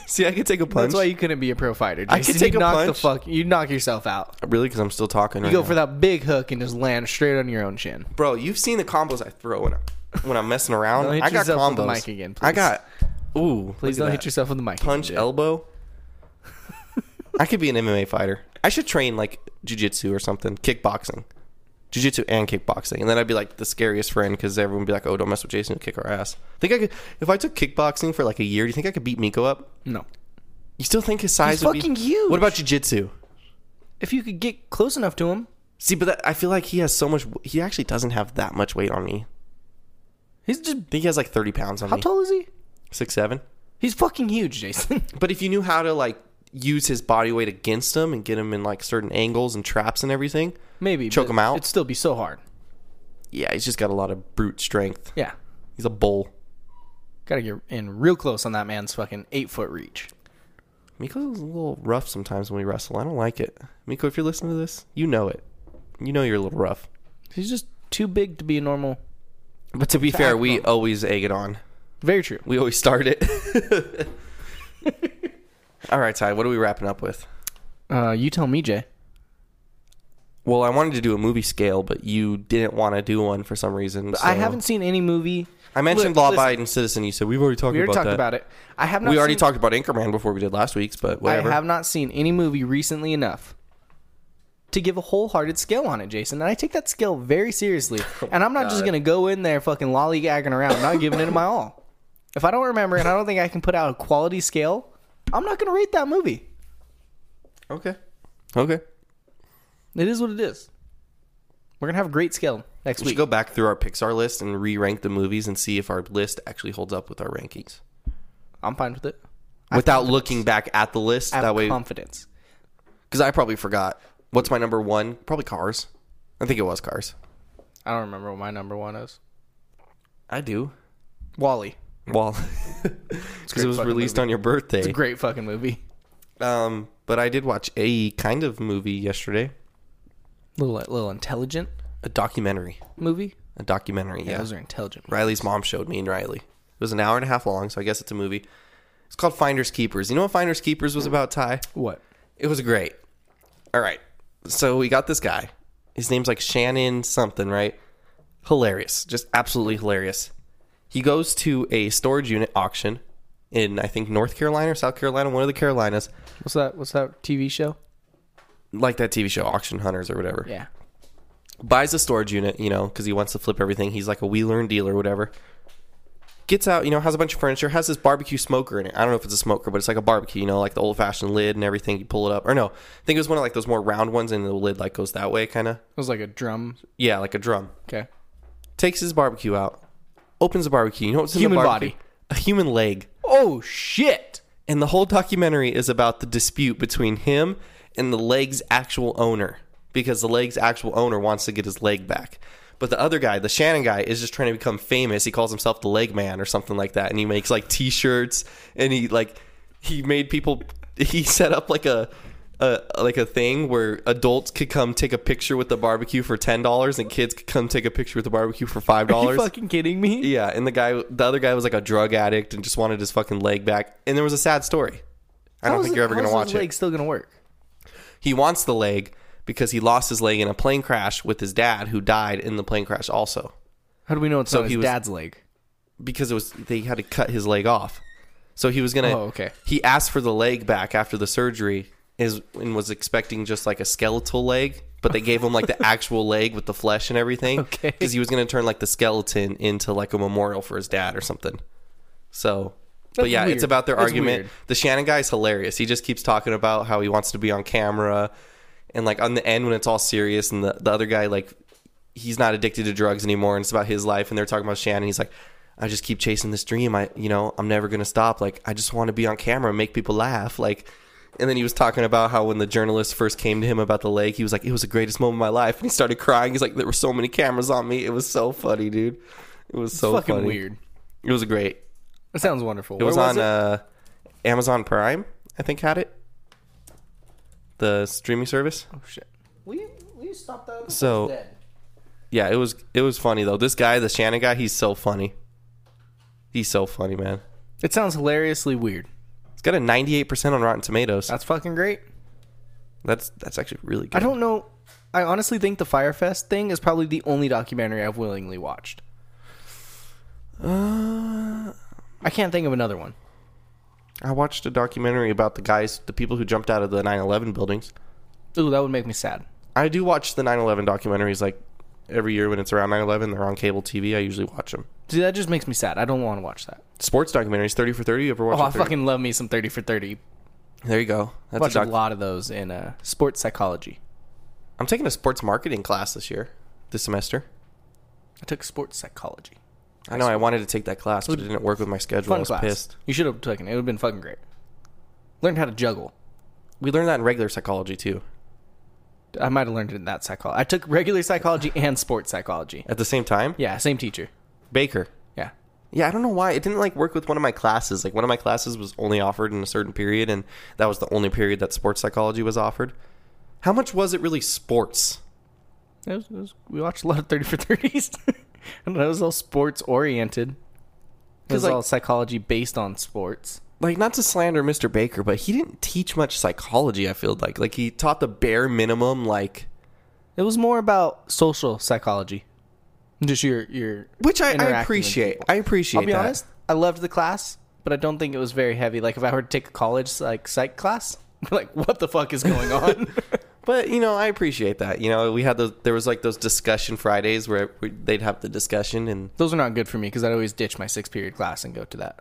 C: see, I could take a punch.
D: That's why you couldn't be a pro fighter.
C: I
D: Jason.
C: could take
D: you
C: a
D: knock the
C: punch.
D: fuck. You knock yourself out.
C: really, because I'm still talking.
D: You go for that big hook and just land straight on your own chin.
C: bro. You've seen the combos I throw when, I, when I'm messing around.
D: Don't hit
C: I got
D: yourself
C: combos.
D: with the mic again,
C: I
D: please.
C: got. Ooh,
D: Please don't hit yourself with the mic.
C: Punch elbow. I could be an MMA fighter. I should train like jujitsu or something, kickboxing, jujitsu and kickboxing, and then I'd be like the scariest friend because everyone would be like, "Oh, don't mess with Jason; he'll kick our ass." Think I could if I took kickboxing for like a year? Do you think I could beat Miko up?
D: No.
C: You still think his size?
D: He's
C: would be-
D: fucking huge.
C: What about jujitsu?
D: If you could get close enough to him,
C: See, but that, I feel like he has so much. He actually doesn't have that much weight on me.
D: he's just.
C: I think he has like thirty pounds on
D: How
C: me.
D: tall is he?
C: Six seven.
D: He's fucking huge, Jason.
C: But if you knew how to like use his body weight against him and get him in like certain angles and traps and everything,
D: Maybe
C: Choke
D: but
C: him out?
D: It'd still be so hard.
C: yeah, he's just got a lot of brute strength.
D: Yeah,
C: He's a bull.
D: gotta get in real close on that man's fucking eight foot reach.
C: Miko's a little rough sometimes when we wrestle. I don't like it. Miko, if you're listening to this, you know it. You know you're a little rough.
D: He's just too big to be a normal.
C: But to be fair, we always egg it on.
D: Very true.
C: We always start it. All right, Ty, what are we wrapping up with?
D: Uh, you tell me, Jay.
C: Well, I wanted to do a movie scale, but you didn't want to do one for some reason.
D: I
C: so-
D: haven't seen any movie.
C: I mentioned
D: Look,
C: Law
D: listen,
C: Abiding Citizen. You said we've already talked
D: We already
C: about
D: talked
C: that.
D: about it. I have not.
C: We already
D: seen-
C: talked about Anchorman before we did last week's, but whatever.
D: I have not seen any movie recently enough to give a wholehearted skill on it, Jason. And I take that skill very seriously.
C: Oh
D: And I'm not just gonna go in there fucking lollygagging around, I'm not giving it my all. If I don't remember and I don't think I can put out a quality scale, I'm not gonna rate that movie.
C: Okay. Okay.
D: It is what it is. We're gonna have a great scale next
C: We should
D: week.
C: go back through our Pixar list and re rank the movies and see if our list actually holds up with our rankings.
D: I'm fine with it.
C: Without looking back at the list,
D: I have
C: that way,
D: confidence.
C: because I probably forgot. What's my number one? Probably Cars. I think it was Cars.
D: I don't remember what my number one is.
C: I do.
D: Wally.
C: Well, because it was
D: fucking
C: released
D: movie.
C: on your birthday.
D: It's a great fucking movie.
C: Um, but I did watch a kind of movie yesterday,
D: Little little intelligent
C: a documentary.
D: movie.
C: A documentary. Yeah,
D: Yeah, those are intelligent.
C: Riley's mom showed me and Riley. It was an hour and a half long, so I guess it's a movie. It's called Finders Keepers. You know what Finders Keepers was about, Ty?
D: What?
C: It was great. All right. So we got this guy. His name's like Shannon something, right? Hilarious. Just absolutely hilarious. He goes to a storage unit auction in, I think, North Carolina or South Carolina, one of the Carolinas,
D: What's that? What's that TV show?
C: like that TV show, Auction Hunters or whatever.
D: Yeah.
C: buys a storage unit, you know, because he wants to flip everything. He's like a wheeler and dealer, whatever. Gets out, you know, has a bunch of furniture, has this barbecue smoker in it. I don't know if it's a smoker, but it's like a barbecue, you know, like the old fashioned lid and everything. You pull it up, or no, I think it was one of like those more round ones, and the lid like goes that way, kind of.
D: It was like a drum.
C: Yeah, like a drum.
D: Okay.
C: Takes his barbecue out, opens the barbecue. You know what's in
D: Human
C: the barbecue?
D: body.
C: A human leg.
D: Oh shit!
C: And the whole documentary is about the dispute between him and the leg's actual owner because the leg's actual owner wants to get his leg back. But the other guy, the Shannon guy, is just trying to become famous. He calls himself the Leg Man or something like that, and he makes like T-shirts and he like he made people. He set up like a, a like a thing where adults could come take a picture with the barbecue for ten dollars, and kids could come take a picture with the barbecue for five
D: Are you
C: dollars.
D: fucking kidding me?
C: Yeah, and the guy, the other guy was like a drug addict and just wanted his fucking leg back. And there was a sad story. I don't think you're ever going to watch
D: Leg
C: it.
D: still gonna work?
C: He wants the leg because he lost his leg in a plane crash with his dad, who died in the plane crash also.
D: How do we know it's
C: So
D: not
C: he
D: his
C: was-
D: dad's leg?
C: Because it was they had to cut his leg off. So he was going to.
D: Oh, okay.
C: He asked for the leg back after the surgery is, and was expecting just like a skeletal leg, but they gave him like the actual leg with the flesh and everything.
D: Okay.
C: Because he was going to turn like the skeleton into like a memorial for his dad or something. So, but
D: That's
C: yeah,
D: weird.
C: it's about their
D: That's
C: argument.
D: weird.
C: The Shannon guy is hilarious. He just keeps talking about how he wants to be on camera, and like on the end when it's all serious, and the, the other guy like he's not addicted to drugs anymore, and it's about his life, and they're talking about Shannon. He's like, I just keep chasing this dream. I you know I'm never gonna stop. Like I just want to be on camera and make people laugh. Like. And then he was talking about how when the journalist first came to him about the lake, he was like, "It was the greatest moment of my life," and he started crying. He's like, "There were so many cameras on me. It was so funny, dude. It was so
D: fucking
C: funny.
D: weird.
C: It was great.
D: That sounds wonderful.
C: It was
D: Where
C: on Uh, Amazon Prime, I think, had it. The streaming service.
D: oh shit! Will you, will you stop that?
C: So-
D: That's dead.
C: Yeah, it was. It was funny though. This guy, the Shannon guy, he's so funny. He's so funny, man.
D: it sounds hilariously weird.
C: It's got a 98% on Rotten Tomatoes.
D: That's fucking great.
C: That's that's actually really good.
D: I don't know. I honestly think the Firefest thing is probably the only documentary I've willingly watched.
C: Uh,
D: I can't think of another one.
C: I watched a documentary about the guys, the people who jumped out of the 9/11 buildings.
D: Ooh, that would make me sad.
C: I do watch the 9/11 documentaries like every year when it's around 9/11. They're on cable TV. I usually watch them.
D: See, that just makes me sad. I don't want to watch that.
C: Sports documentaries, 30 for 30. You ever watch?
D: Oh,
C: a
D: I
C: 30?
D: fucking love me some 30 for 30.
C: There you go. That's
D: Watch
C: a
D: a
C: doc-
D: lot of those in uh, sports psychology.
C: I'm taking a sports marketing class this year, this semester.
D: I took sports psychology.
C: I know I wanted to take that class, but it didn't work with my schedule. I
D: Fun
C: was
D: class.
C: pissed.
D: You should have taken it. It would have been fucking great. Learned how to juggle.
C: We learned that in regular psychology too,
D: I might have learned it in that psychology. I took regular psychology and sports psychology.
C: at the same time.
D: Yeah, same teacher.
C: Baker.
D: Yeah.
C: Yeah, I don't know why it didn't like work with one of my classes. Like one of my classes was only offered in a certain period, and that was the only period that sports psychology was offered. How much was it really sports?
D: It was, it was, we watched a lot of 30 for 30s. I don't know. It was all sports oriented. It was
C: like-
D: all psychology based on sports.
C: Like not to slander Mr. Baker, but he didn't teach much psychology. I feel like like he taught the bare minimum, like
D: It was more about social psychology. Just your your
C: which I,
D: interacting
C: I
D: with
C: appreciate.
D: people.
C: I appreciate.
D: I'll be
C: that.
D: honest. I loved the class, but I don't think it was very heavy. Like if I were to take a college like psych class, like what the fuck is going on?
C: But you know, I appreciate that. You know, we had those. There was like those discussion Fridays where we, they'd have the discussion and
D: Those are not good for me because I'd always ditch my six period class and go to that.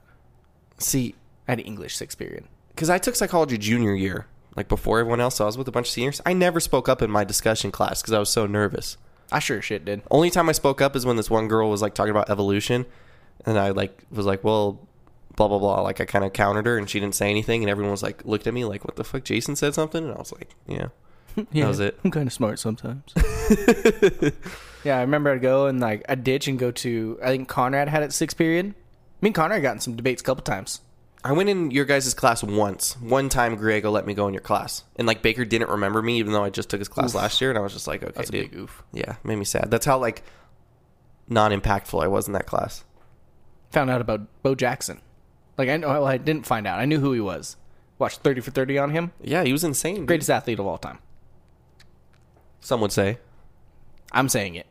C: see
D: I had English six period.
C: because I took psychology junior year, like before everyone else. So I was with a bunch of seniors. I never spoke up in my discussion class because I was so nervous.
D: I sure shit did.
C: Only time I spoke up is when this one girl was like talking about evolution, and I like was like, well, blah blah blah. Like I kind of countered her, and she didn't say anything, and everyone was like looked at me like, what the fuck? Jason said something, and I was like, yeah, that was it.
D: I'm kind of smart sometimes. yeah, I remember I'd go and like I'd ditch and go to. I think Conrad had it six period. Me and Conrad got in some debates a couple times.
C: I went in your guys' class once. One time, Griego let me go in your class, and like Baker didn't remember me, even though I just took his class last year, and I was just like, okay,
D: That's a
C: dude.
D: big oof.
C: Yeah, made me sad. That's how like non-impactful I was in that class.
D: Found out about Bo Jackson. Like I know well, I didn't find out. I knew who he was. Watched thirty for thirty on him.
C: Yeah, he was insane. dude.
D: Greatest athlete of all time.
C: some would say.
D: I'm saying it.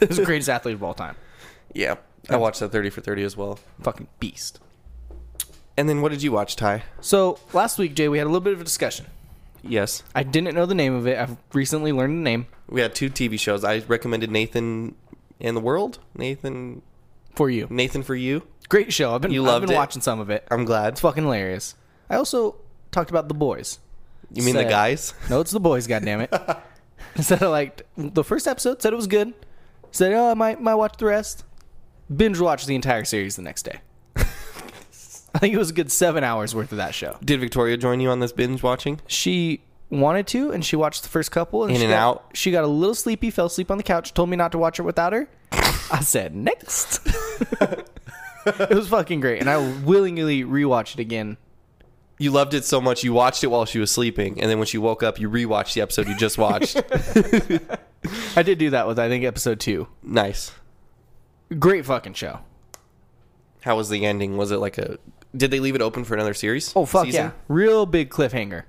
D: He's the greatest athlete of all time.
C: Yeah, I watched that thirty for thirty as well.
D: Fucking beast.
C: And then what did you watch, Ty?
D: So last week, Jay, we had a little bit of a discussion.
C: Yes,
D: I didn't know the name of it. I've recently learned the name
C: we had two TV shows. I recommended Nathan and the World. Nathan,
D: for you.
C: Nathan for you.
D: Great show. I've been
C: You
D: I've
C: loved
D: been
C: it?
D: watching some of it.
C: I'm glad.
D: It's fucking hilarious. I also talked about the boys.
C: You mean the
D: Sad.
C: guys?
D: No, it's the boys. goddamn it. said I liked the first episode. Said it was good. Said oh, I might might watch the rest. Binge watched the entire series the next day. I think it was a good seven hours worth of that show.
C: Did Victoria join you on this binge watching?
D: She wanted to, and she watched the first couple. And
C: In
D: she
C: and
D: got,
C: out.
D: She got a little sleepy, fell asleep on the couch, told me not to watch it without her. I said next. it was fucking great, and I willingly rewatched it again
C: you loved it so much you watched it while she was sleeping and then when she woke up you rewatched the episode you just watched
D: I did do that with I think episode two.
C: nice
D: Great fucking show.
C: how was the ending was it like a did they leave it open for another series
D: Oh,
C: Season?
D: real big cliffhanger.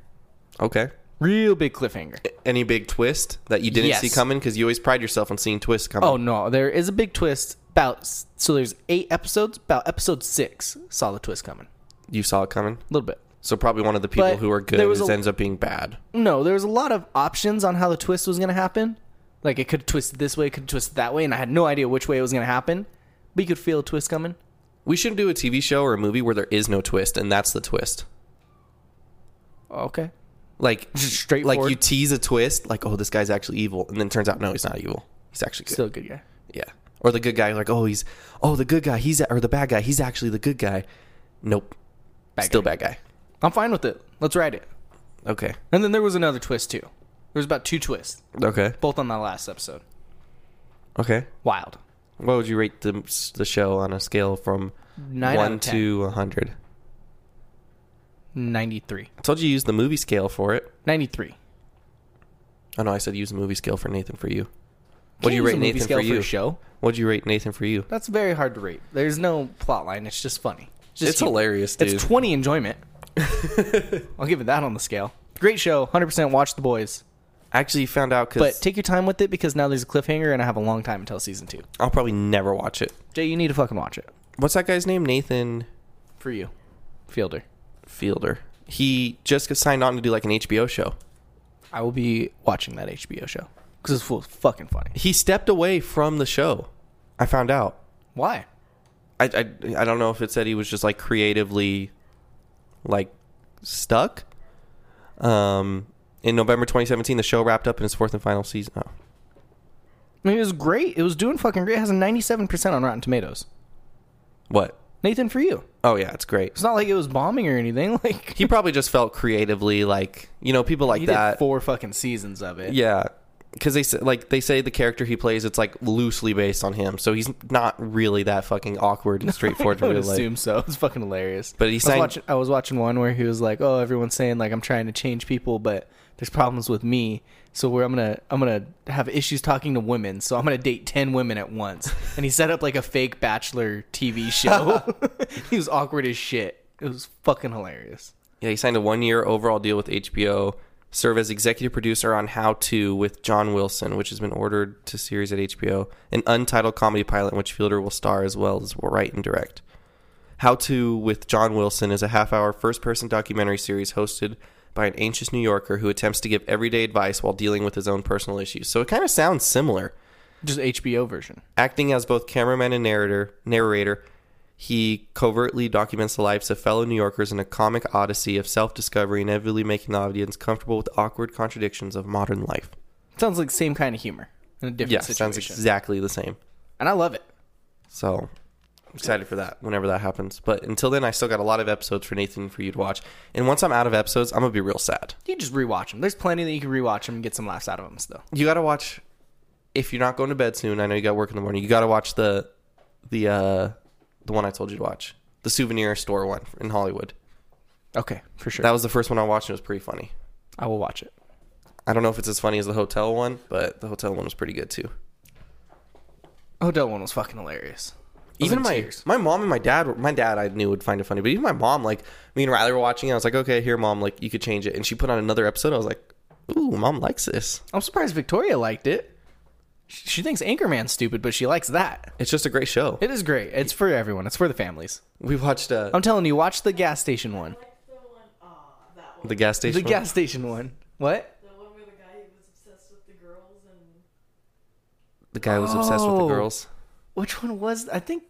C: okay
D: Real big cliffhanger.
C: any big twist that you didn't
D: Yes.
C: see coming because you always pride yourself on seeing twists coming
D: Oh no, there is a big twist. About so there's eight episodes. About episode six, saw the twist coming
C: you saw it coming
D: a little bit.
C: so probably one of the people
D: But
C: who are good
D: there was
C: just
D: a-
C: ends up being bad
D: No, there was a lot of options on how the twist was gonna happen. Like it could twist this way, it could twist that way, and I had no idea which way it was gonna happen. But you could feel a twist coming.
C: we should do a tv show or a movie where there is no twist and that's the twist
D: Okay.
C: like
D: Just straight
C: like
D: forward.
C: you tease a twist like oh this guy's actually evil and then turns out no he's not evil he's actually good
D: Still a good guy.
C: Yeah. Or the good guy, like, oh, he's, oh, the good guy, he's, or the bad guy, he's actually the good guy. Nope. Still bad guy.
D: I'm fine with it. Let's write it.
C: Okay.
D: And then there was another twist too. There was about two twists,
C: Okay.
D: both on that last episode.
C: Okay.
D: Wild.
C: What would you rate the, the show on a scale from
D: Nine out
C: 1
D: of 10.
C: to 100?
D: 93.
C: I told you use the movie scale for it.
D: 93.
C: Oh, no, I said use the movie scale for Nathan for you.
D: Can't
C: What do you
D: use
C: rate
D: a movie
C: Nathan
D: scale
C: for you?
D: a show?
C: What'd you rate Nathan for you?
D: That's very hard to rate. There's no plot line. It's just funny. just
C: It's
D: cute.
C: hilarious, dude.
D: It's 20 enjoyment. I'll give it that on the scale. Great show. 100% watch The Boys.
C: I actually found out
D: But
C: because
D: take your time with it because now there's a cliffhanger and I have a long time until season two.
C: I'll probably never watch it.
D: Jay, you need to fucking watch it.
C: What's that guy's name? Nathan
D: For you. Fielder.
C: Fielder. He just got signed on to do like an HBO show.
D: I will be watching that HBO show because it's full fucking funny.
C: he stepped away from the show. I found out.
D: Why?
C: I, I I don't know if it said he was just like creatively, like stuck. Um, in November 2017, the show wrapped up in its fourth and final season. Oh,
D: I mean, it was great. It was doing fucking great. It has a 97% on Rotten Tomatoes.
C: what?
D: Nathan, for you.
C: Oh yeah, it's great.
D: It's not like it was bombing or anything. Like
C: He probably just felt creatively like you know people like
D: he did
C: that.
D: four fucking seasons of it.
C: Yeah, because they say, like they say the character he plays it's like loosely based on him, so he's not really that fucking awkward and straightforward
D: I
C: in
D: would
C: real life.
D: assume so. It's fucking hilarious.
C: But he
D: I
C: sang-
D: was, watching, I was watching one where he was like, "Oh, everyone's saying like I'm trying to change people, but there's problems with me. So where I'm gonna I'm gonna have issues talking to women. So I'm gonna date ten women at once." And he set up like a fake bachelor TV show. he was awkward as shit. It was fucking hilarious.
C: Yeah, he signed a one-year overall deal with HBO. Serve as executive producer on How To with John Wilson, which has been ordered to series at HBO, an untitled comedy pilot in which Fielder will star as well as write and direct. How To with John Wilson is a half hour first person documentary series hosted by an anxious New Yorker who attempts to give everyday advice while dealing with his own personal issues. So it kind of sounds similar.
D: Just HBO version.
C: Acting as both cameraman and narrator, narrator, he covertly documents the lives of fellow New Yorkers in a comic odyssey of self-discovery, inevitably making the audience comfortable with the awkward contradictions of modern life.
D: Sounds like same kind of humor in a different
C: Yeah,
D: situation.
C: sounds exactly the same.
D: and I love it.
C: So I'm excited for that whenever that happens. But until then, I still got a lot of episodes for Nathan for you to watch. And once I'm out of episodes, I'm gonna be real sad.
D: You just rewatch them. There's plenty that you can rewatch them and get some laughs out of them still.
C: You gotta watch. If you're not going to bed soon, I know you got work in the morning. You gotta watch the the uh, the one I told you to watch, the souvenir store one in Hollywood.
D: Okay, for sure.
C: That was the first one I watched and it was pretty funny.
D: I will watch it.
C: I don't know if it's as funny as the hotel one, but the hotel one was pretty good too.
D: Hotel one was fucking hilarious. I was
C: Even
D: in
C: my
D: tears.
C: my mom and my dad, were- my dad I knew would find it funny, but even my mom, like me and Riley were watching, it, I was like, okay, here, mom, like you could change it, and she put on another episode. I was like, ooh, mom likes this.
D: I'm surprised Victoria liked it. Sh- She thinks Anchorman's stupid, but she likes that.
C: It's just a great show.
D: It is great. It's for everyone. It's for the families.
C: we watched uh,
D: I'm telling you, watch the gas station one.
C: the gas
D: The
C: station. one.
D: gas station one. What?
C: The guy was obsessed with the
D: Oh.
C: girls.
D: Which one was? I think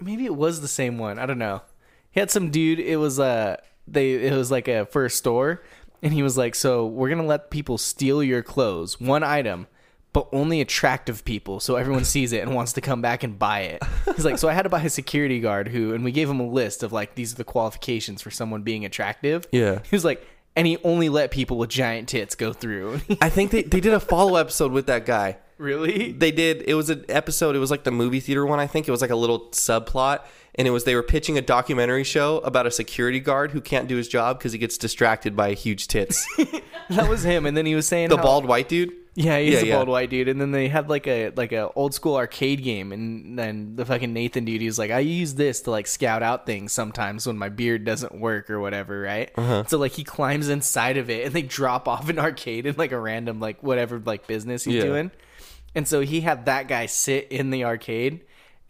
D: maybe it was the same one. I don't know. He had some dude. It was uh they it was like a for a store, and he was like, so we're gonna let people steal your clothes, one item. But only attractive people, so everyone sees it and wants to come back and buy it. He's like, so I had to buy a security guard who, and we gave him a list of like these are the qualifications for someone being attractive.
C: Yeah.
D: he was like, and he only let people with giant tits go through.
C: I think they, they did a follow episode with that guy.
D: really?
C: They did. It was an episode. It was like the movie theater one. I think it was like a little subplot, and it was they were pitching a documentary show about a security guard who can't do his job because he gets distracted by huge tits.
D: That was him. And then he was saying
C: the
D: how-
C: bald white dude.
D: Yeah, he's
C: Yeah,
D: a
C: yeah.
D: bald white dude. And then they had like a like a old school arcade game, and then the fucking Nathan dude, he was like, I use this to like scout out things sometimes when my beard doesn't work or whatever, right? So like he climbs inside of it, and they drop off an arcade in like a random like whatever like business he's
C: Yeah.
D: doing. And so he had that guy sit in the arcade.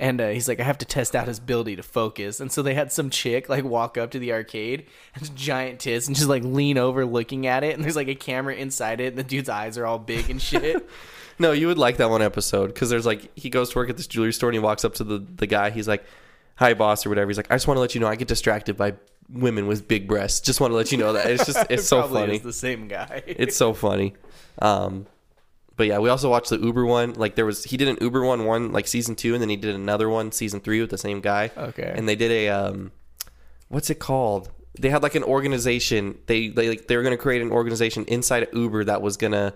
D: And uh, he's like, I have to test out his ability to focus. And so they had some chick like walk up to the arcade and just giant tits and just like lean over looking at it. And there's like a camera inside it. And the dude's eyes are all big and shit.
C: No, you would like that one episode because there's like he goes to work at this jewelry store and he walks up to the the guy. He's like, "Hi, boss" or whatever. He's like, "I just want to let you know I get distracted by women with big breasts. Just want to let you know that it's just it's so
D: Probably
C: funny.
D: is the same guy.
C: it's so funny." Um, but yeah, we also watched the Uber one. Like there was he did an Uber one one like season two, and then he did another one season three with the same guy.
D: Okay.
C: and they did a um, what's it called? They had like an organization. They they like they were gonna create an organization inside of Uber that was gonna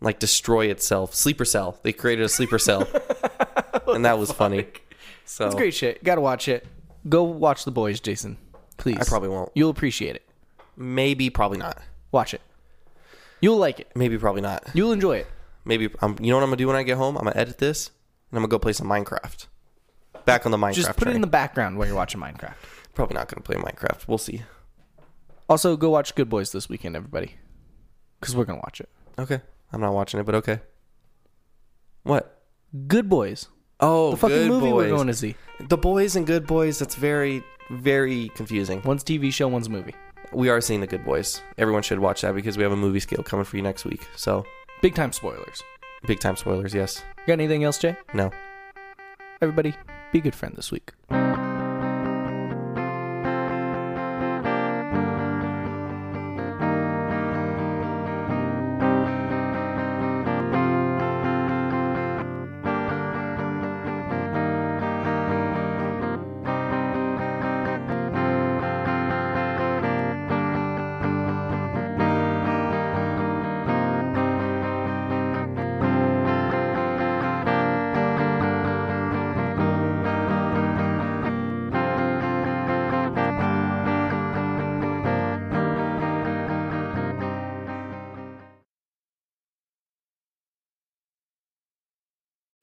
C: like destroy itself. Sleeper cell. They created a sleeper cell, and that was funny. So
D: It's great shit. Gotta watch it. Go watch The Boys, Jason. Please.
C: I probably won't.
D: You'll appreciate it.
C: Maybe probably not.
D: Watch it. You'll like it.
C: Maybe probably not.
D: You'll enjoy it.
C: Maybe um, you know what I'm gonna do when I get home? I'm gonna edit this and I'm gonna go play some Minecraft. Back on the Minecraft.
D: Just put it
C: train.
D: in the background while you're watching Minecraft.
C: Probably not gonna play Minecraft. We'll see.
D: Also, go watch Good Boys this weekend, everybody. Because we're gonna watch it.
C: Okay. I'm not watching it, but okay. What?
D: Good Boys.
C: Oh,
D: The fucking
C: Good
D: movie
C: boys.
D: we're going to see.
C: The boys and good boys. That's very, very confusing.
D: One's TV show, one's movie.
C: We are seeing the good boys. Everyone should watch that because we have a movie scale coming for you next week. So,
D: Big time spoilers.
C: big time spoilers. Yes.
D: Got anything else, Jay?
C: No.
D: Everybody, be a good friend this week.